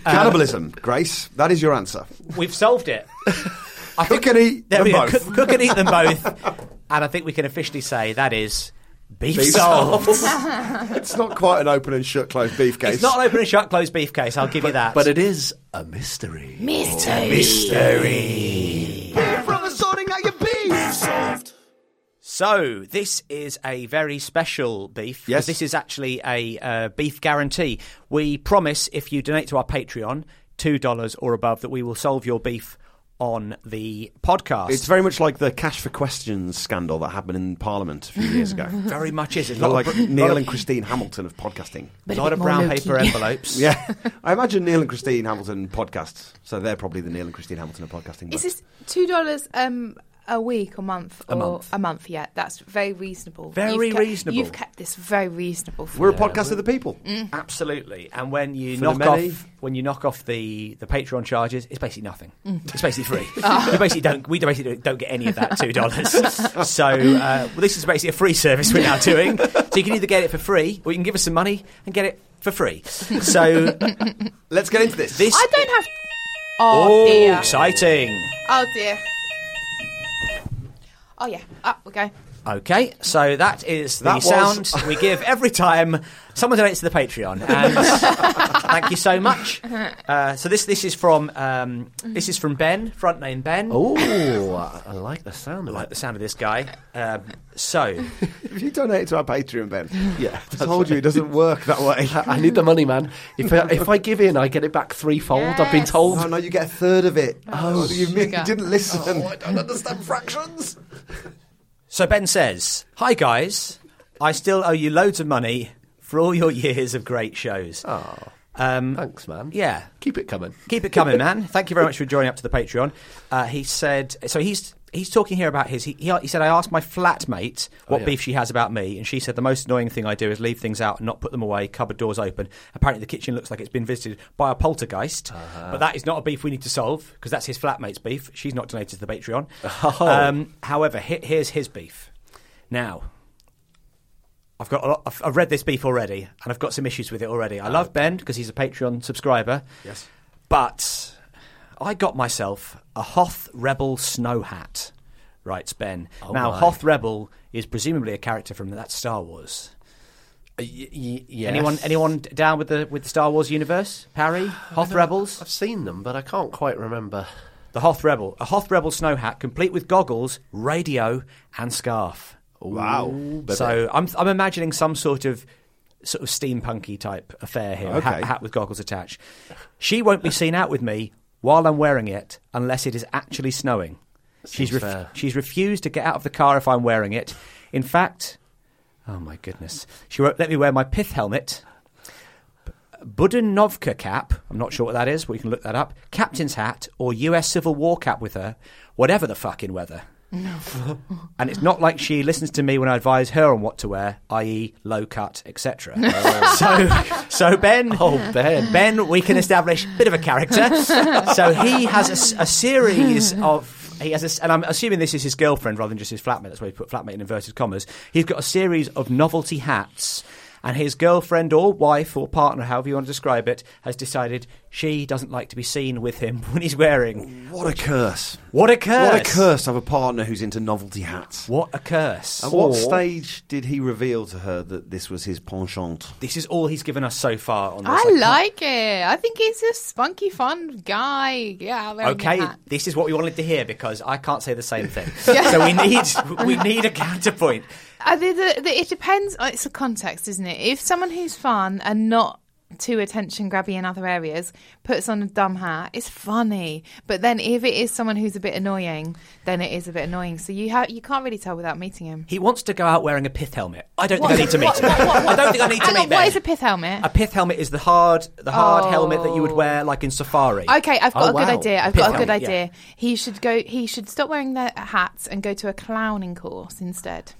[SPEAKER 3] uh,
[SPEAKER 1] cannibalism, Grace. That is your answer.
[SPEAKER 3] We've solved it. I
[SPEAKER 1] Cook and eat them
[SPEAKER 3] there we go.
[SPEAKER 1] both.
[SPEAKER 3] Cook, cook and eat them both. And I think we can officially say that is beef,
[SPEAKER 1] Beef
[SPEAKER 3] solved.
[SPEAKER 1] It's not quite an open and shut closed beef case.
[SPEAKER 3] It's not an open and shut closed beef case. I'll give you that.
[SPEAKER 2] But it is a mystery.
[SPEAKER 4] Beef from the sorting out your beef. Solved.
[SPEAKER 3] So this is a very special beef. 'cause
[SPEAKER 1] Yes.
[SPEAKER 3] this is actually a uh, beef guarantee. We promise if you donate to our Patreon two dollars or above that we will solve your beef on the podcast.
[SPEAKER 1] It's very much like the cash for questions scandal that happened in Parliament a few years ago.
[SPEAKER 3] very much is. It's
[SPEAKER 1] Not
[SPEAKER 3] a lot
[SPEAKER 1] like
[SPEAKER 3] of-
[SPEAKER 1] Neil and Christine Hamilton of podcasting.
[SPEAKER 3] a lot of brown paper envelopes.
[SPEAKER 1] Yeah, I imagine Neil and Christine Hamilton podcasts. So they're probably the Neil and Christine Hamilton of podcasting. but-
[SPEAKER 5] Is this two dollars um, a week or month or a
[SPEAKER 3] month.
[SPEAKER 5] Yeah, that's very reasonable.
[SPEAKER 3] Very
[SPEAKER 5] You've kept-
[SPEAKER 3] reasonable.
[SPEAKER 5] You've kept this very reasonable. For
[SPEAKER 1] We're a podcast of the people.
[SPEAKER 5] Mm.
[SPEAKER 3] Absolutely. And when you
[SPEAKER 1] For the
[SPEAKER 3] knock
[SPEAKER 1] many.
[SPEAKER 3] off when you knock off the, the Patreon charges, it's basically nothing.
[SPEAKER 5] Mm.
[SPEAKER 3] It's basically free. You basically don't we basically don't get any of that two dollars. so uh, well, this is basically a free service we're now doing. So you can either get it for free or you can give us some money and get it for free. So
[SPEAKER 1] Let's get into this.
[SPEAKER 3] this
[SPEAKER 5] I don't have. Oh,
[SPEAKER 3] Oh,
[SPEAKER 5] dear.
[SPEAKER 3] exciting.
[SPEAKER 5] Oh dear. Oh yeah. Up we go.
[SPEAKER 3] Okay, so that is the
[SPEAKER 1] That was-
[SPEAKER 3] sound we give every time someone donates to the Patreon, and thank you so much. Uh, so this this is from um, this is from Ben, front name Ben.
[SPEAKER 2] Oh, I I like the sound
[SPEAKER 3] I
[SPEAKER 2] of
[SPEAKER 3] like
[SPEAKER 2] it.
[SPEAKER 3] the sound of this guy. Um, so
[SPEAKER 1] If you donate to our Patreon, Ben,
[SPEAKER 2] Yeah,
[SPEAKER 1] I told you it doesn't work that way.
[SPEAKER 2] I need the money, man. If I, if I give in, I get it back threefold. I've been
[SPEAKER 5] Yes.
[SPEAKER 2] told.
[SPEAKER 1] Oh no, you get a third of it. Oh, you, mi-
[SPEAKER 5] sugar. Oh,
[SPEAKER 1] you didn't listen. I don't understand fractions.
[SPEAKER 3] so Ben says, "Hi guys, I still owe you loads of money for all your years of great shows.
[SPEAKER 2] Thanks, man.
[SPEAKER 3] Yeah,
[SPEAKER 2] keep it coming.
[SPEAKER 3] Keep it coming, man. Thank you very much for joining up to the Patreon. Uh, he said, so he's he's talking here about his. He, he, he said, I asked my flatmate what
[SPEAKER 2] yeah.
[SPEAKER 3] beef she has about me, and she said the most annoying thing I do is leave things out and not put them away, cupboard doors open. Apparently, the kitchen looks like it's been visited by a poltergeist, but that is not a beef we need to solve because that's his flatmate's beef. She's not donated to the Patreon. Um, however, he, here's his beef. Now, I've got a lot, I've, I've read this beef already, and I've got some issues with it already. I
[SPEAKER 2] Oh.
[SPEAKER 3] love Ben because he's a Patreon subscriber. Yes, but I got myself a Hoth Rebel snow hat. Writes Ben. now
[SPEAKER 2] Oh my.
[SPEAKER 3] Hoth Rebel is presumably a character from that Star Wars.
[SPEAKER 2] Uh,
[SPEAKER 3] Anyone anyone d- down with the with the Star Wars universe? Parry Hoth Rebels.
[SPEAKER 2] I've seen them, but I can't quite remember.
[SPEAKER 3] The Hoth Rebel, a Hoth Rebel snow hat, complete with goggles, radio, and scarf.
[SPEAKER 1] Wow.
[SPEAKER 3] So I'm, I'm imagining some sort of sort of steampunky type affair here, a hat,
[SPEAKER 1] Okay.
[SPEAKER 3] hat with goggles attached. She won't be seen out with me while I'm wearing it unless it is actually snowing. She's
[SPEAKER 2] Seems
[SPEAKER 3] ref-
[SPEAKER 2] fair.
[SPEAKER 3] she's refused to get out of the car if I'm wearing it. In fact, oh my goodness, she won't let me wear my pith helmet. Budanovka cap, I'm not sure what that is, but you can look that up. Captain's hat or US Civil War cap with her, whatever the fucking weather. and it's not like she listens to me when I advise her on what to wear, i.e., low cut, etc.
[SPEAKER 1] Oh.
[SPEAKER 3] so, so Ben, oh Ben, Ben, we can establish a bit of a character. so he has a s- a, series of. He has a s and I'm assuming this is his girlfriend rather than just his flatmate. That's why he put flatmate in inverted commas. He's got a series of novelty hats, and his girlfriend or wife or partner, however you want to describe it, has decided she doesn't like to be seen with him when he's wearing.
[SPEAKER 1] What a curse.
[SPEAKER 3] What a curse!
[SPEAKER 1] What a curse to have a partner who's into novelty hats.
[SPEAKER 3] What a curse!
[SPEAKER 1] At what stage did he reveal to her that this was his penchant?
[SPEAKER 3] This is all he's given us so far on this.
[SPEAKER 5] I
[SPEAKER 3] like,
[SPEAKER 5] like it. I think he's a spunky, fun guy. Yeah, wearing a
[SPEAKER 3] Okay,
[SPEAKER 5] hat.
[SPEAKER 3] this is what we wanted to hear because I can't say the same thing. So we need we need a counterpoint.
[SPEAKER 5] I think that- that it depends. oh, It's a context, isn't it? If someone who's fun and not too attention grabby in other areas puts on a dumb hat, it's funny. But then if it is someone who's a bit annoying, then it is a bit annoying. So you ha- you can't really tell without meeting him.
[SPEAKER 3] He wants to go out wearing a pith helmet. I don't
[SPEAKER 5] What-
[SPEAKER 3] think I need to meet
[SPEAKER 5] what-
[SPEAKER 3] him.
[SPEAKER 5] what- what-
[SPEAKER 3] I don't think I need to
[SPEAKER 5] Hang
[SPEAKER 3] meet
[SPEAKER 5] on, what
[SPEAKER 3] Ben.
[SPEAKER 5] is a pith helmet?
[SPEAKER 3] A pith helmet is the hard the hard
[SPEAKER 5] Oh.
[SPEAKER 3] helmet that you would wear like in safari.
[SPEAKER 5] Okay, I've got
[SPEAKER 2] Oh,
[SPEAKER 5] a good
[SPEAKER 2] wow.
[SPEAKER 5] idea. I've
[SPEAKER 3] Pith
[SPEAKER 5] got a good
[SPEAKER 3] helmet,
[SPEAKER 5] idea. He should go. He should stop wearing the hats and go to a clowning course instead.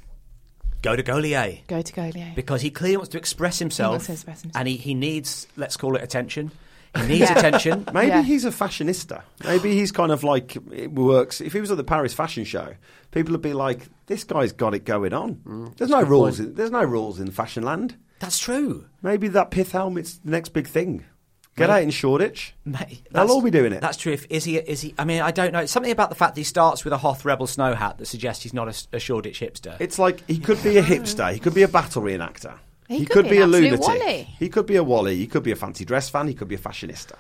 [SPEAKER 3] Go to Goliath.
[SPEAKER 5] Go to Goliath.
[SPEAKER 3] Because he clearly wants to express himself,
[SPEAKER 5] wants to express himself.
[SPEAKER 3] and he, he needs let's call it attention. He needs
[SPEAKER 5] Yeah.
[SPEAKER 3] attention.
[SPEAKER 1] Maybe
[SPEAKER 5] Yeah.
[SPEAKER 1] he's a fashionista. Maybe he's kind of like it works. If he was at the Paris fashion show, people would be like, "This guy's got it going on."
[SPEAKER 3] Mm,
[SPEAKER 1] There's no rules. In, there's no rules in fashion land.
[SPEAKER 3] That's true.
[SPEAKER 1] Maybe that pith helmet's the next big thing. Get out in Shoreditch.
[SPEAKER 3] Mate,
[SPEAKER 1] They'll
[SPEAKER 3] that's-
[SPEAKER 1] all be doing it.
[SPEAKER 3] That's true. If, is he? Is he? I mean, I don't know. It's something about the fact that he starts with a Hoth Rebel snow hat that suggests he's not a, a Shoreditch hipster.
[SPEAKER 1] It's like he could be a hipster. He could be a battle reenactor.
[SPEAKER 5] He could be an absolute Wally.
[SPEAKER 1] He could be a Wally. He could be a fancy dress fan. He could be a fashionista.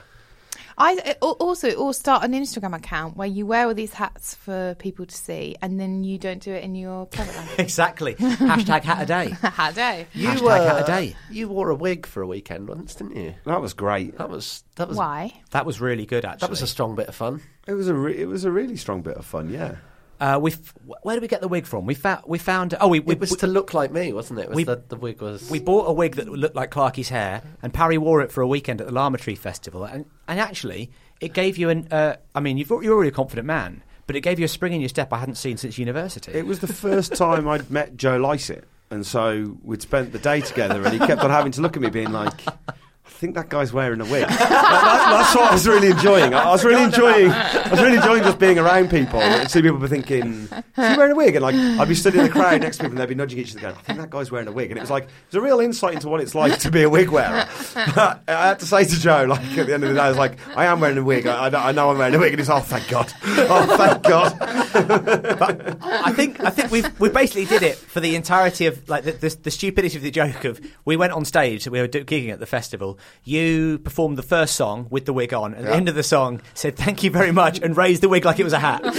[SPEAKER 5] I uh, al- also or start an Instagram account where you wear all these hats for people to see, and then you don't do it in your private life.
[SPEAKER 3] exactly. Hashtag hat a day.
[SPEAKER 5] Hat day.
[SPEAKER 3] Hashtag
[SPEAKER 2] uh,
[SPEAKER 3] hat a day.
[SPEAKER 2] You wore a wig for a weekend once, didn't you?
[SPEAKER 1] That was great.
[SPEAKER 2] That was that was
[SPEAKER 5] Why?
[SPEAKER 3] That was really good, actually.
[SPEAKER 2] that was a strong bit of fun.
[SPEAKER 1] It was a re- it was a really strong bit of fun. Yeah.
[SPEAKER 3] Uh, we f- where did we get the wig from? We found. We found. Oh, we we,
[SPEAKER 2] It was
[SPEAKER 3] we,
[SPEAKER 2] to look like me, wasn't it? it was
[SPEAKER 3] we-
[SPEAKER 2] the, the wig was.
[SPEAKER 3] we bought a wig that looked like Clarkie's hair, and Parry wore it for a weekend at the Llama Tree Festival, and and actually, it gave you an. Uh, I mean, you've, al- you're already a confident man, but it gave you a spring in your step I hadn't seen since university.
[SPEAKER 1] It was the first time I'd met Joe Lycett. And so we'd spent the day together, and he kept on having to look at me, being like, I think that guy's wearing a wig. That- that- that's what I was really enjoying. I, I was really enjoying. I was really enjoying just being around people. And see people were thinking, "Is he wearing a wig?" And like, I'd be stood in the crowd next to people, and they'd be nudging each other, going, "I think that guy's wearing a wig." And it was like, it was a real insight into what it's like to be a wig wearer. I had to say to Joe, like at the end of the day, I was like, "I am wearing a wig. I, I know- I know I'm wearing a wig." And he's, "Oh, thank God! Oh, thank God!"
[SPEAKER 3] I think I think we've we basically did it for the entirety of like the, the, the stupidity of the joke of we went on stage we were do- gigging at the festival. You performed the first song with the wig on, and at the end of the song said thank you very much and raised the wig like it was a hat, which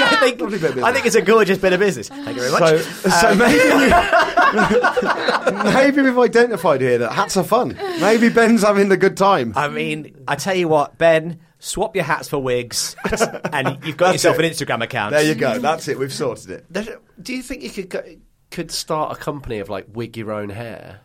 [SPEAKER 3] I think
[SPEAKER 1] Lovely bit of
[SPEAKER 3] I think it's a gorgeous bit of business. Thank you very much.
[SPEAKER 1] So, so maybe you- Um, maybe we've identified here that hats are fun. Maybe Ben's having a good time.
[SPEAKER 3] I mean, I tell you what, Ben, swap your hats for wigs, and you've got yourself an Instagram account.
[SPEAKER 1] There you go. That's it. We've sorted it.
[SPEAKER 2] There's- Do you think you could go, could start a company of like wig your own hair?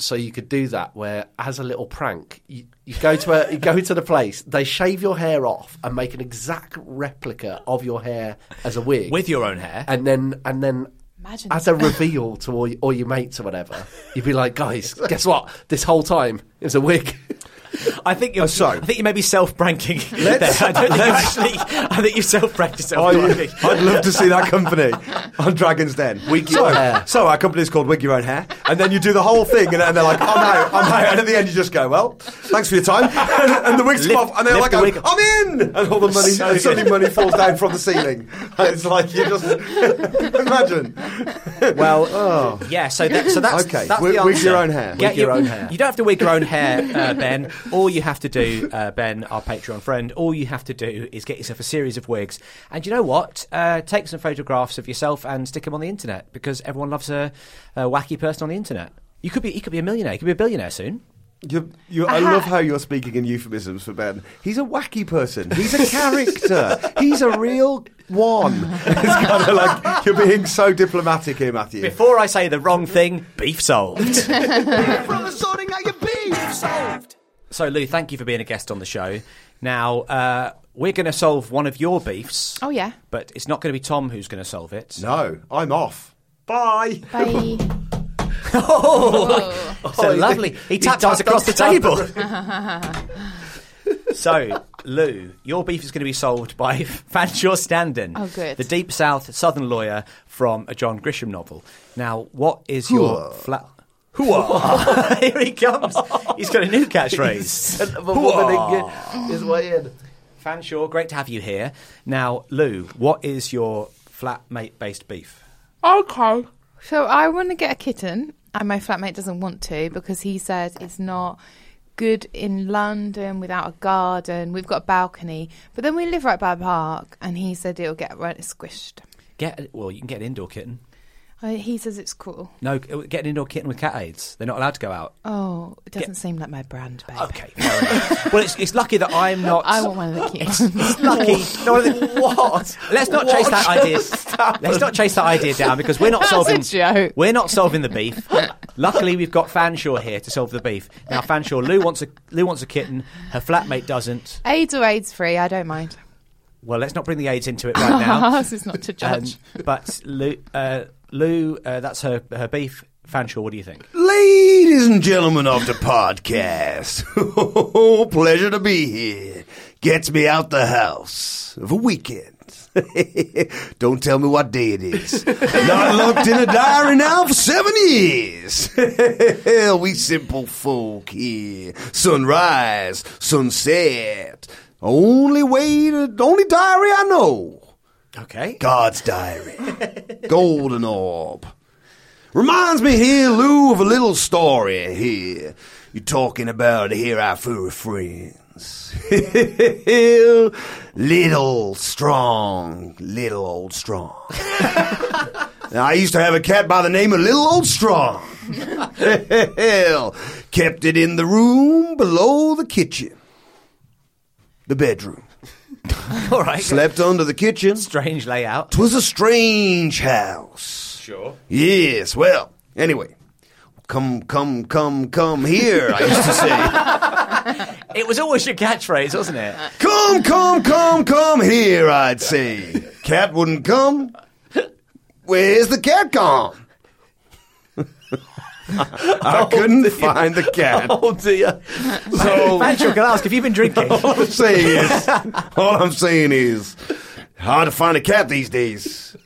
[SPEAKER 2] So you could do that, where as a little prank, you, you go to a, you go to the place, they shave your hair off and make an exact replica of your hair as a wig
[SPEAKER 3] With your own hair.
[SPEAKER 2] and then and then
[SPEAKER 5] Imagine
[SPEAKER 2] as a reveal to all, y- all your mates or whatever, you'd be like, guys, guess what? This whole time it was a wig.
[SPEAKER 3] I think you're.
[SPEAKER 1] Oh, sorry.
[SPEAKER 3] I think you may be self-pranking.
[SPEAKER 1] Let's- Oh,
[SPEAKER 3] there. I don't think you actually. I think you self-pranked yourself.
[SPEAKER 1] I, I'd love to see that company on Dragon's Den. Wig so,
[SPEAKER 2] Your Hair.
[SPEAKER 1] So our company is called Wig Your Own Hair, and then you do the whole thing, and, and they're like, "I'm out, I'm out," and at the end you just go, "Well, thanks for your time," and, and the wigs come
[SPEAKER 3] Lift-
[SPEAKER 1] off, and they're
[SPEAKER 3] lift
[SPEAKER 1] like,
[SPEAKER 3] the wig.
[SPEAKER 1] "I'm in," and all the money,
[SPEAKER 3] So
[SPEAKER 1] and suddenly
[SPEAKER 3] good.
[SPEAKER 1] money falls down from the ceiling. And it's like you just imagine.
[SPEAKER 3] well, yeah. So, that, so that's
[SPEAKER 1] Oh. Okay,
[SPEAKER 3] That's
[SPEAKER 1] wi-
[SPEAKER 3] the
[SPEAKER 1] wig
[SPEAKER 3] answer.
[SPEAKER 1] your own hair.
[SPEAKER 3] Get
[SPEAKER 1] Wig your own
[SPEAKER 3] hair. You don't have to wig your own hair, uh, Ben. All you have to do, uh, Ben, our Patreon friend, all you have to do is get yourself a series of wigs, and you know what? Uh, take some photographs of yourself and stick them on the internet because everyone loves a, a wacky person on the internet. You could be. You could be a millionaire. You could be a billionaire soon.
[SPEAKER 1] You, you, I love how you're speaking in euphemisms for Ben. He's a wacky person. He's a character. He's a real one. It's kind of like you're being so diplomatic here, Matthew.
[SPEAKER 3] Before I say the wrong thing, beef solved.
[SPEAKER 4] From the sorting out your beef solved.
[SPEAKER 3] So, Lou, thank you for being a guest on the show. Now, uh, we're going to solve one of your beefs.
[SPEAKER 5] Oh, yeah.
[SPEAKER 3] But it's not going to be Tom who's going to solve it.
[SPEAKER 1] No, I'm off. Bye.
[SPEAKER 5] Bye.
[SPEAKER 3] So lovely. He tapped us across the table. so, Lou, your beef is going to be solved by Fanshawe Standen,
[SPEAKER 5] Oh, good.
[SPEAKER 3] the Deep South Southern lawyer from a John Grisham novel. Now, what is your flat? Hooah! Here he comes. He's got a new catchphrase.
[SPEAKER 2] Son of a woman in- is way in.
[SPEAKER 3] Fanshawe, great to have you here. Now, Lou, what is your flatmate-based beef?
[SPEAKER 5] Okay. So I want to get a kitten, and my flatmate doesn't want to because he says it's not good in London without a garden. We've got a balcony, but then we live right by a park, and he said it'll get right squished.
[SPEAKER 3] Get well, you can get an indoor kitten.
[SPEAKER 5] Uh, He says it's cool.
[SPEAKER 3] No, uh, get an indoor kitten with cat aids. They're not allowed to go out.
[SPEAKER 5] Oh, it doesn't seem like my brand, babe.
[SPEAKER 3] Okay, fair enough. well, it's, it's lucky that I'm not.
[SPEAKER 5] I want one of the cute ones.
[SPEAKER 3] It's lucky. No, I think- what? Let's not chase that idea. Let's not chase that idea down because we're not
[SPEAKER 5] That's a
[SPEAKER 3] solving.
[SPEAKER 5] joke.
[SPEAKER 3] We're not solving the beef. Luckily, we've got Fanshawe here to solve the beef. Now, Fanshawe, Lou wants a Lou wants a kitten. Her flatmate doesn't.
[SPEAKER 5] AIDS or AIDS free, I don't mind.
[SPEAKER 3] Well, let's not bring the aids into it right now.
[SPEAKER 5] Ours is not to judge.
[SPEAKER 3] Um, but Lou, uh, Lou uh, that's her her beef. Fanshawe, what do you think?
[SPEAKER 1] Ladies and gentlemen of the podcast, oh, pleasure to be here. Gets me out the house of a weekend. Don't tell me what day it is. Not looked in a diary now for seven years. we simple folk here. Sunrise, sunset. Only way to, only diary I know.
[SPEAKER 3] Okay.
[SPEAKER 1] God's diary. Golden orb. Reminds me here, Lou, of a little story here. You're talking about here our furry friends. little strong, little old strong. now, I used to have a cat by the name of Little Old Strong. Hell, kept it in the room below the kitchen, the bedroom.
[SPEAKER 3] All right.
[SPEAKER 1] Slept under the kitchen.
[SPEAKER 3] Strange layout.
[SPEAKER 1] Twas a strange house. Sure. Yes. Well. Anyway, come, come, come, come here. I used to say,
[SPEAKER 3] It was always your catchphrase, wasn't it?
[SPEAKER 1] come, come, come, come here. I'd say. Cat wouldn't come. Where's the cat gone? I couldn't find the cat.
[SPEAKER 2] Oh dear!
[SPEAKER 1] So
[SPEAKER 3] Fanshawe can ask, have you been drinking?
[SPEAKER 1] all I'm saying is, all I'm saying is, hard to find a cat these days.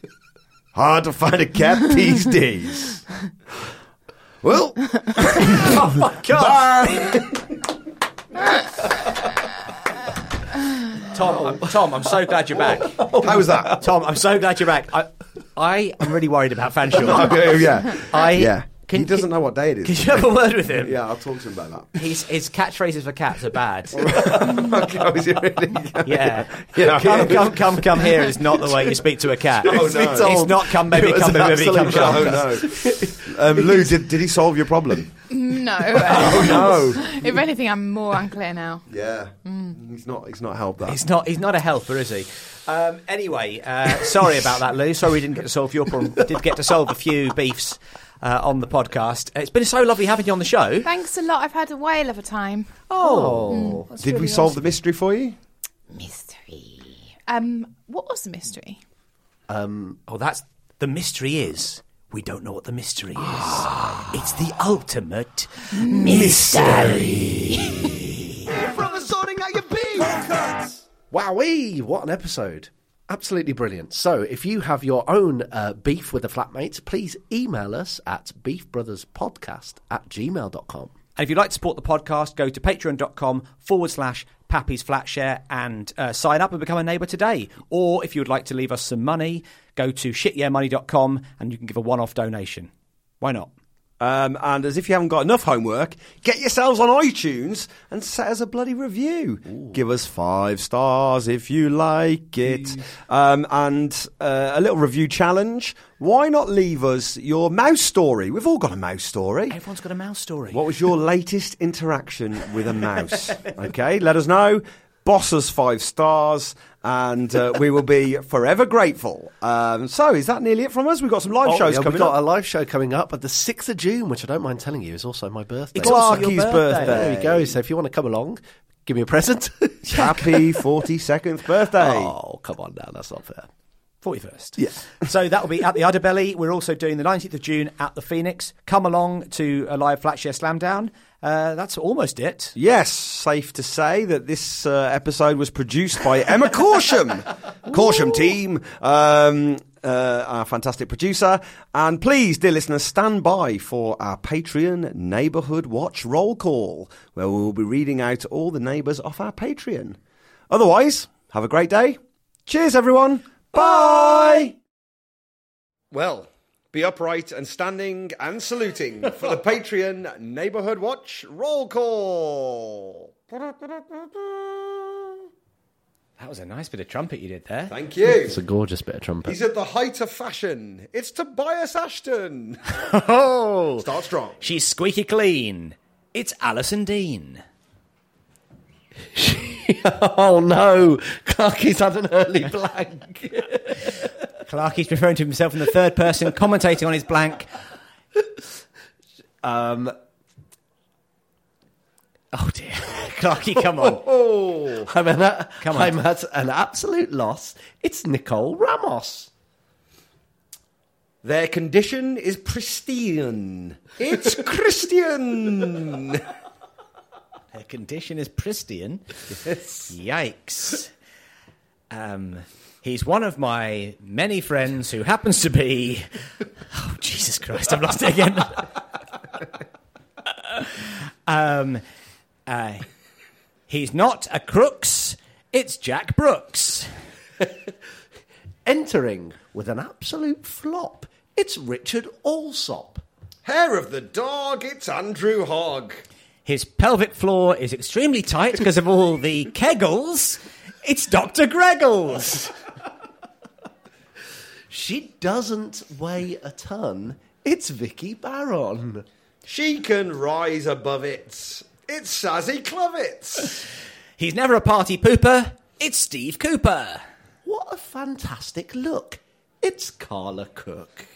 [SPEAKER 1] Hard to find a cat these days. Well,
[SPEAKER 3] oh my god!
[SPEAKER 1] bye.
[SPEAKER 3] Tom, I'm, Tom, I'm so glad you're back.
[SPEAKER 1] How was that?
[SPEAKER 3] Tom, I'm so glad you're back. I, I am really worried about Fanshawe.
[SPEAKER 1] Okay, yeah.
[SPEAKER 3] I
[SPEAKER 1] yeah.
[SPEAKER 3] Can,
[SPEAKER 1] he doesn't know what day it
[SPEAKER 3] Can,
[SPEAKER 1] is.
[SPEAKER 3] you have a word with him?
[SPEAKER 1] Yeah, I'll talk to him about that.
[SPEAKER 3] He's, his catchphrases for cats are bad.
[SPEAKER 1] okay, I was really-
[SPEAKER 3] Yeah.
[SPEAKER 1] Yeah.
[SPEAKER 3] Come, come, come, come here is not the way you speak to a cat.
[SPEAKER 1] Oh,
[SPEAKER 3] it's,
[SPEAKER 1] no. Tom,
[SPEAKER 3] not come,
[SPEAKER 1] it
[SPEAKER 3] baby,
[SPEAKER 1] was
[SPEAKER 3] come,
[SPEAKER 1] an
[SPEAKER 3] baby,
[SPEAKER 1] absolute
[SPEAKER 3] come, come.
[SPEAKER 1] shock. Oh, no. Um, Lou, did, did he solve your problem?
[SPEAKER 5] No.
[SPEAKER 3] Um,
[SPEAKER 1] Oh no.
[SPEAKER 5] if anything, I'm more unclear now.
[SPEAKER 1] Yeah. He's not. He's not helped that.
[SPEAKER 3] He's not. He's not a helper, is he? Um, anyway, uh, sorry about that, Lou. Sorry we didn't get to solve your problem. Did get to solve a few beefs uh, on the podcast. It's been so lovely having you on the show.
[SPEAKER 5] Thanks a lot. I've had a whale of a time.
[SPEAKER 3] Oh,
[SPEAKER 1] did we solve the mystery for you?
[SPEAKER 5] Mystery. Um, what was the mystery?
[SPEAKER 3] oh, that's the mystery is we don't know what the mystery is. it's the ultimate Ah. mystery.
[SPEAKER 4] From the sorting out your beef.
[SPEAKER 2] Wowee! What an episode. Absolutely brilliant. So, if you have your own uh, beef with the flatmates, please email us at beefbrotherspodcast at gmail.com.
[SPEAKER 3] And if you'd like to support the podcast, go to patreon.com forward slash Pappy's Flat Share and uh, sign up and become a neighbour today. Or if you would like to leave us some money, go to shityeahmoney.com and you can give a one off donation. Why not?
[SPEAKER 1] Um, and as if you haven't got enough homework, get yourselves on iTunes and set us a bloody review. Give us five stars if you like it. Um, and uh, a little review challenge. Why not leave us your mouse story? We've all got a mouse story.
[SPEAKER 3] Everyone's got a mouse story.
[SPEAKER 1] What was your latest interaction with a mouse? Okay, let us know. Boss us five stars, and uh, we will be forever grateful. Um, so, is that nearly it from us? We've got some
[SPEAKER 3] Oh,
[SPEAKER 1] live shows
[SPEAKER 2] Oh, yeah,
[SPEAKER 1] coming
[SPEAKER 2] We've got
[SPEAKER 1] up.
[SPEAKER 2] a live show coming up at the 6th of June, which I don't mind telling you is also my birthday.
[SPEAKER 3] It's also your
[SPEAKER 1] Clarky's birthday.
[SPEAKER 3] birthday.
[SPEAKER 2] There you go. So, if you want to come along, give me a present.
[SPEAKER 1] Happy 42nd birthday.
[SPEAKER 2] oh, come on now. That's not fair.
[SPEAKER 3] 41st. Yeah. so that will be at the Udderbelly. We're also doing the 19th of June at the Phoenix. Come along to a live Flat Share Slam Down. Uh, that's almost it.
[SPEAKER 1] Yes, safe to say that this uh, episode was produced by Emma Corsham. Corsham team, um, uh, our fantastic producer. And please, dear listeners, stand by for our Patreon Neighbourhood Watch Roll Call, where we will be reading out all the neighbours off our Patreon. Otherwise, have a great day. Cheers, everyone. Bye. Well, be upright and standing and saluting for the Patreon Neighborhood Watch roll call.
[SPEAKER 3] That was a nice bit of trumpet you did there.
[SPEAKER 1] Thank you.
[SPEAKER 2] It's a gorgeous bit of trumpet.
[SPEAKER 1] He's at the height of fashion. It's Tobias Ashton.
[SPEAKER 3] Oh,
[SPEAKER 1] Start strong.
[SPEAKER 3] she's squeaky clean. It's Alison Dean.
[SPEAKER 2] oh, no. Clarky's had an early blank.
[SPEAKER 3] Clarky's referring to himself in the third person, commentating on his blank. Um. Oh dear, Clarky, come on!
[SPEAKER 1] Oh.
[SPEAKER 2] I'm, at,
[SPEAKER 3] Come on.
[SPEAKER 2] I'm at an absolute loss. It's Nicole Ramos.
[SPEAKER 1] Their condition is pristine. It's Christian.
[SPEAKER 3] Her condition is pristine. Yikes! Um, he's one of my many friends who happens to be. Oh Jesus Christ! I've lost it again. um, uh, he's not a crooks. It's Jack Brooks.
[SPEAKER 2] Entering with an absolute flop. It's Richard Allsop.
[SPEAKER 1] Hair of the dog, it's Andrew Hogg.
[SPEAKER 3] His pelvic floor is extremely tight because of all the kegels. It's Dr. Greggles.
[SPEAKER 2] She doesn't weigh a ton. It's Vicky Baron.
[SPEAKER 1] She can rise above it. It's Sazzy Clovitz.
[SPEAKER 3] He's never a party pooper. It's Steve Cooper.
[SPEAKER 2] What a fantastic look. It's Carla Cook.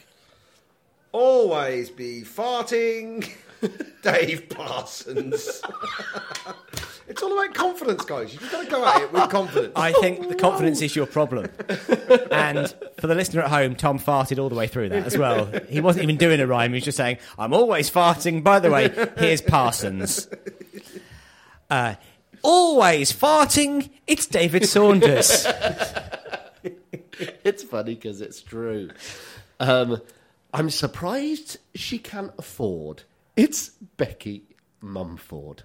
[SPEAKER 1] Always be farting. Dave Parsons. it's all about confidence, guys. You've got to go at it with confidence.
[SPEAKER 3] I think the confidence is your problem. And for the listener at home, Tom farted all the way through that as well. He wasn't even doing a rhyme, he was just saying, I'm always farting. By the way, here's Parsons. Uh, always farting, it's David Saunders.
[SPEAKER 2] It's funny because it's true. Um, I'm surprised she can afford. It's Becky Mumford.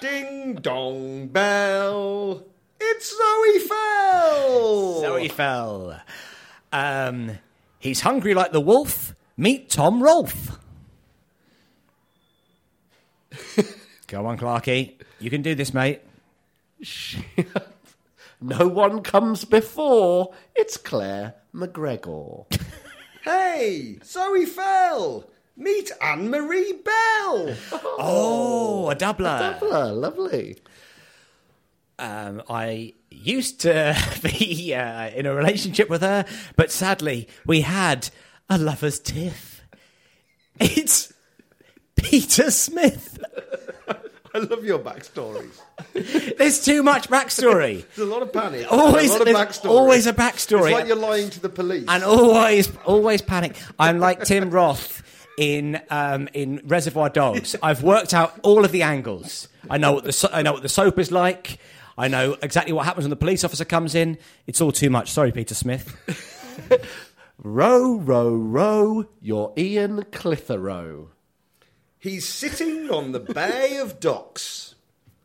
[SPEAKER 1] Ding dong bell. It's Zoe
[SPEAKER 3] fell. Um, he's hungry like the wolf. Meet Tom Rolfe. Go on, Clarky. You can do this, mate.
[SPEAKER 2] No one comes before. It's Claire McGregor.
[SPEAKER 1] Hey, so he fell. Meet Anne Marie Bell.
[SPEAKER 3] Oh, a doubler.
[SPEAKER 2] Ah, lovely.
[SPEAKER 3] Um, I used to be uh, in a relationship with her, but sadly, we had a lover's tiff. It's Peter Smith.
[SPEAKER 1] I love your backstories.
[SPEAKER 3] There's too much backstory.
[SPEAKER 1] There's a lot of panic.
[SPEAKER 3] Always,
[SPEAKER 1] a lot of
[SPEAKER 3] there's
[SPEAKER 1] backstory.
[SPEAKER 3] always a backstory.
[SPEAKER 1] It's like you're lying to the police.
[SPEAKER 3] and always always panic. I'm like Tim Roth in um, in Reservoir Dogs. I've worked out all of the angles. I know what the so- I know what the soap is like. I know exactly what happens when the police officer comes in. It's all too much. Sorry, Peter Smith.
[SPEAKER 2] Row, row, row. You're Ian Clitheroe.
[SPEAKER 1] He's sitting on the Bay of Docks.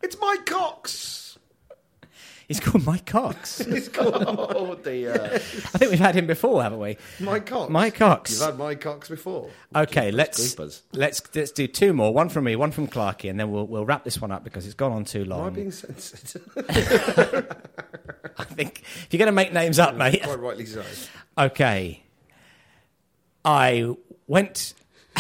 [SPEAKER 1] It's my cocks.
[SPEAKER 3] He's called Mike Cox.
[SPEAKER 1] It's called
[SPEAKER 2] Oh dear.
[SPEAKER 3] I think we've had him before, haven't we?
[SPEAKER 1] my cocks.
[SPEAKER 3] Mike Cox.
[SPEAKER 1] You've had my cocks before.
[SPEAKER 3] Okay, let's
[SPEAKER 2] Creepers.
[SPEAKER 3] let's let's do two more. One from me, one from Clarky, and then we'll we'll wrap this one up because it's gone on too
[SPEAKER 1] Am I
[SPEAKER 3] long.
[SPEAKER 1] being censored?
[SPEAKER 3] I think if you're going to make names up, mate,
[SPEAKER 1] Quite rightly so.
[SPEAKER 3] Okay. I went.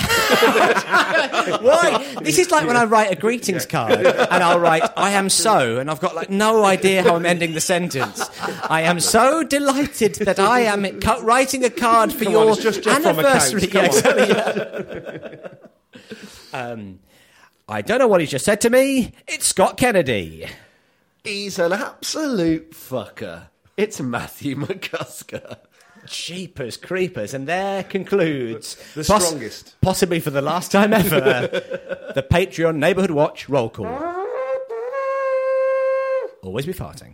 [SPEAKER 3] Why? This is like when I write a greetings card and I'll write, I am so, and I've got like no idea how I'm ending the sentence. I am so delighted that I am co- writing a card for
[SPEAKER 1] Come on,
[SPEAKER 3] your
[SPEAKER 1] it's just Jeff from
[SPEAKER 3] anniversary.
[SPEAKER 1] accounts, come
[SPEAKER 3] Yeah,
[SPEAKER 1] on.
[SPEAKER 3] exactly, yeah. um, I don't know what he just said to me. It's Scott Kennedy.
[SPEAKER 2] He's an absolute fucker. It's Matthew McCusker.
[SPEAKER 3] Jeepers creepers, and there concludes
[SPEAKER 1] The strongest.
[SPEAKER 3] possibly for the last time ever, the Patreon Neighborhood Watch roll call. Always be farting.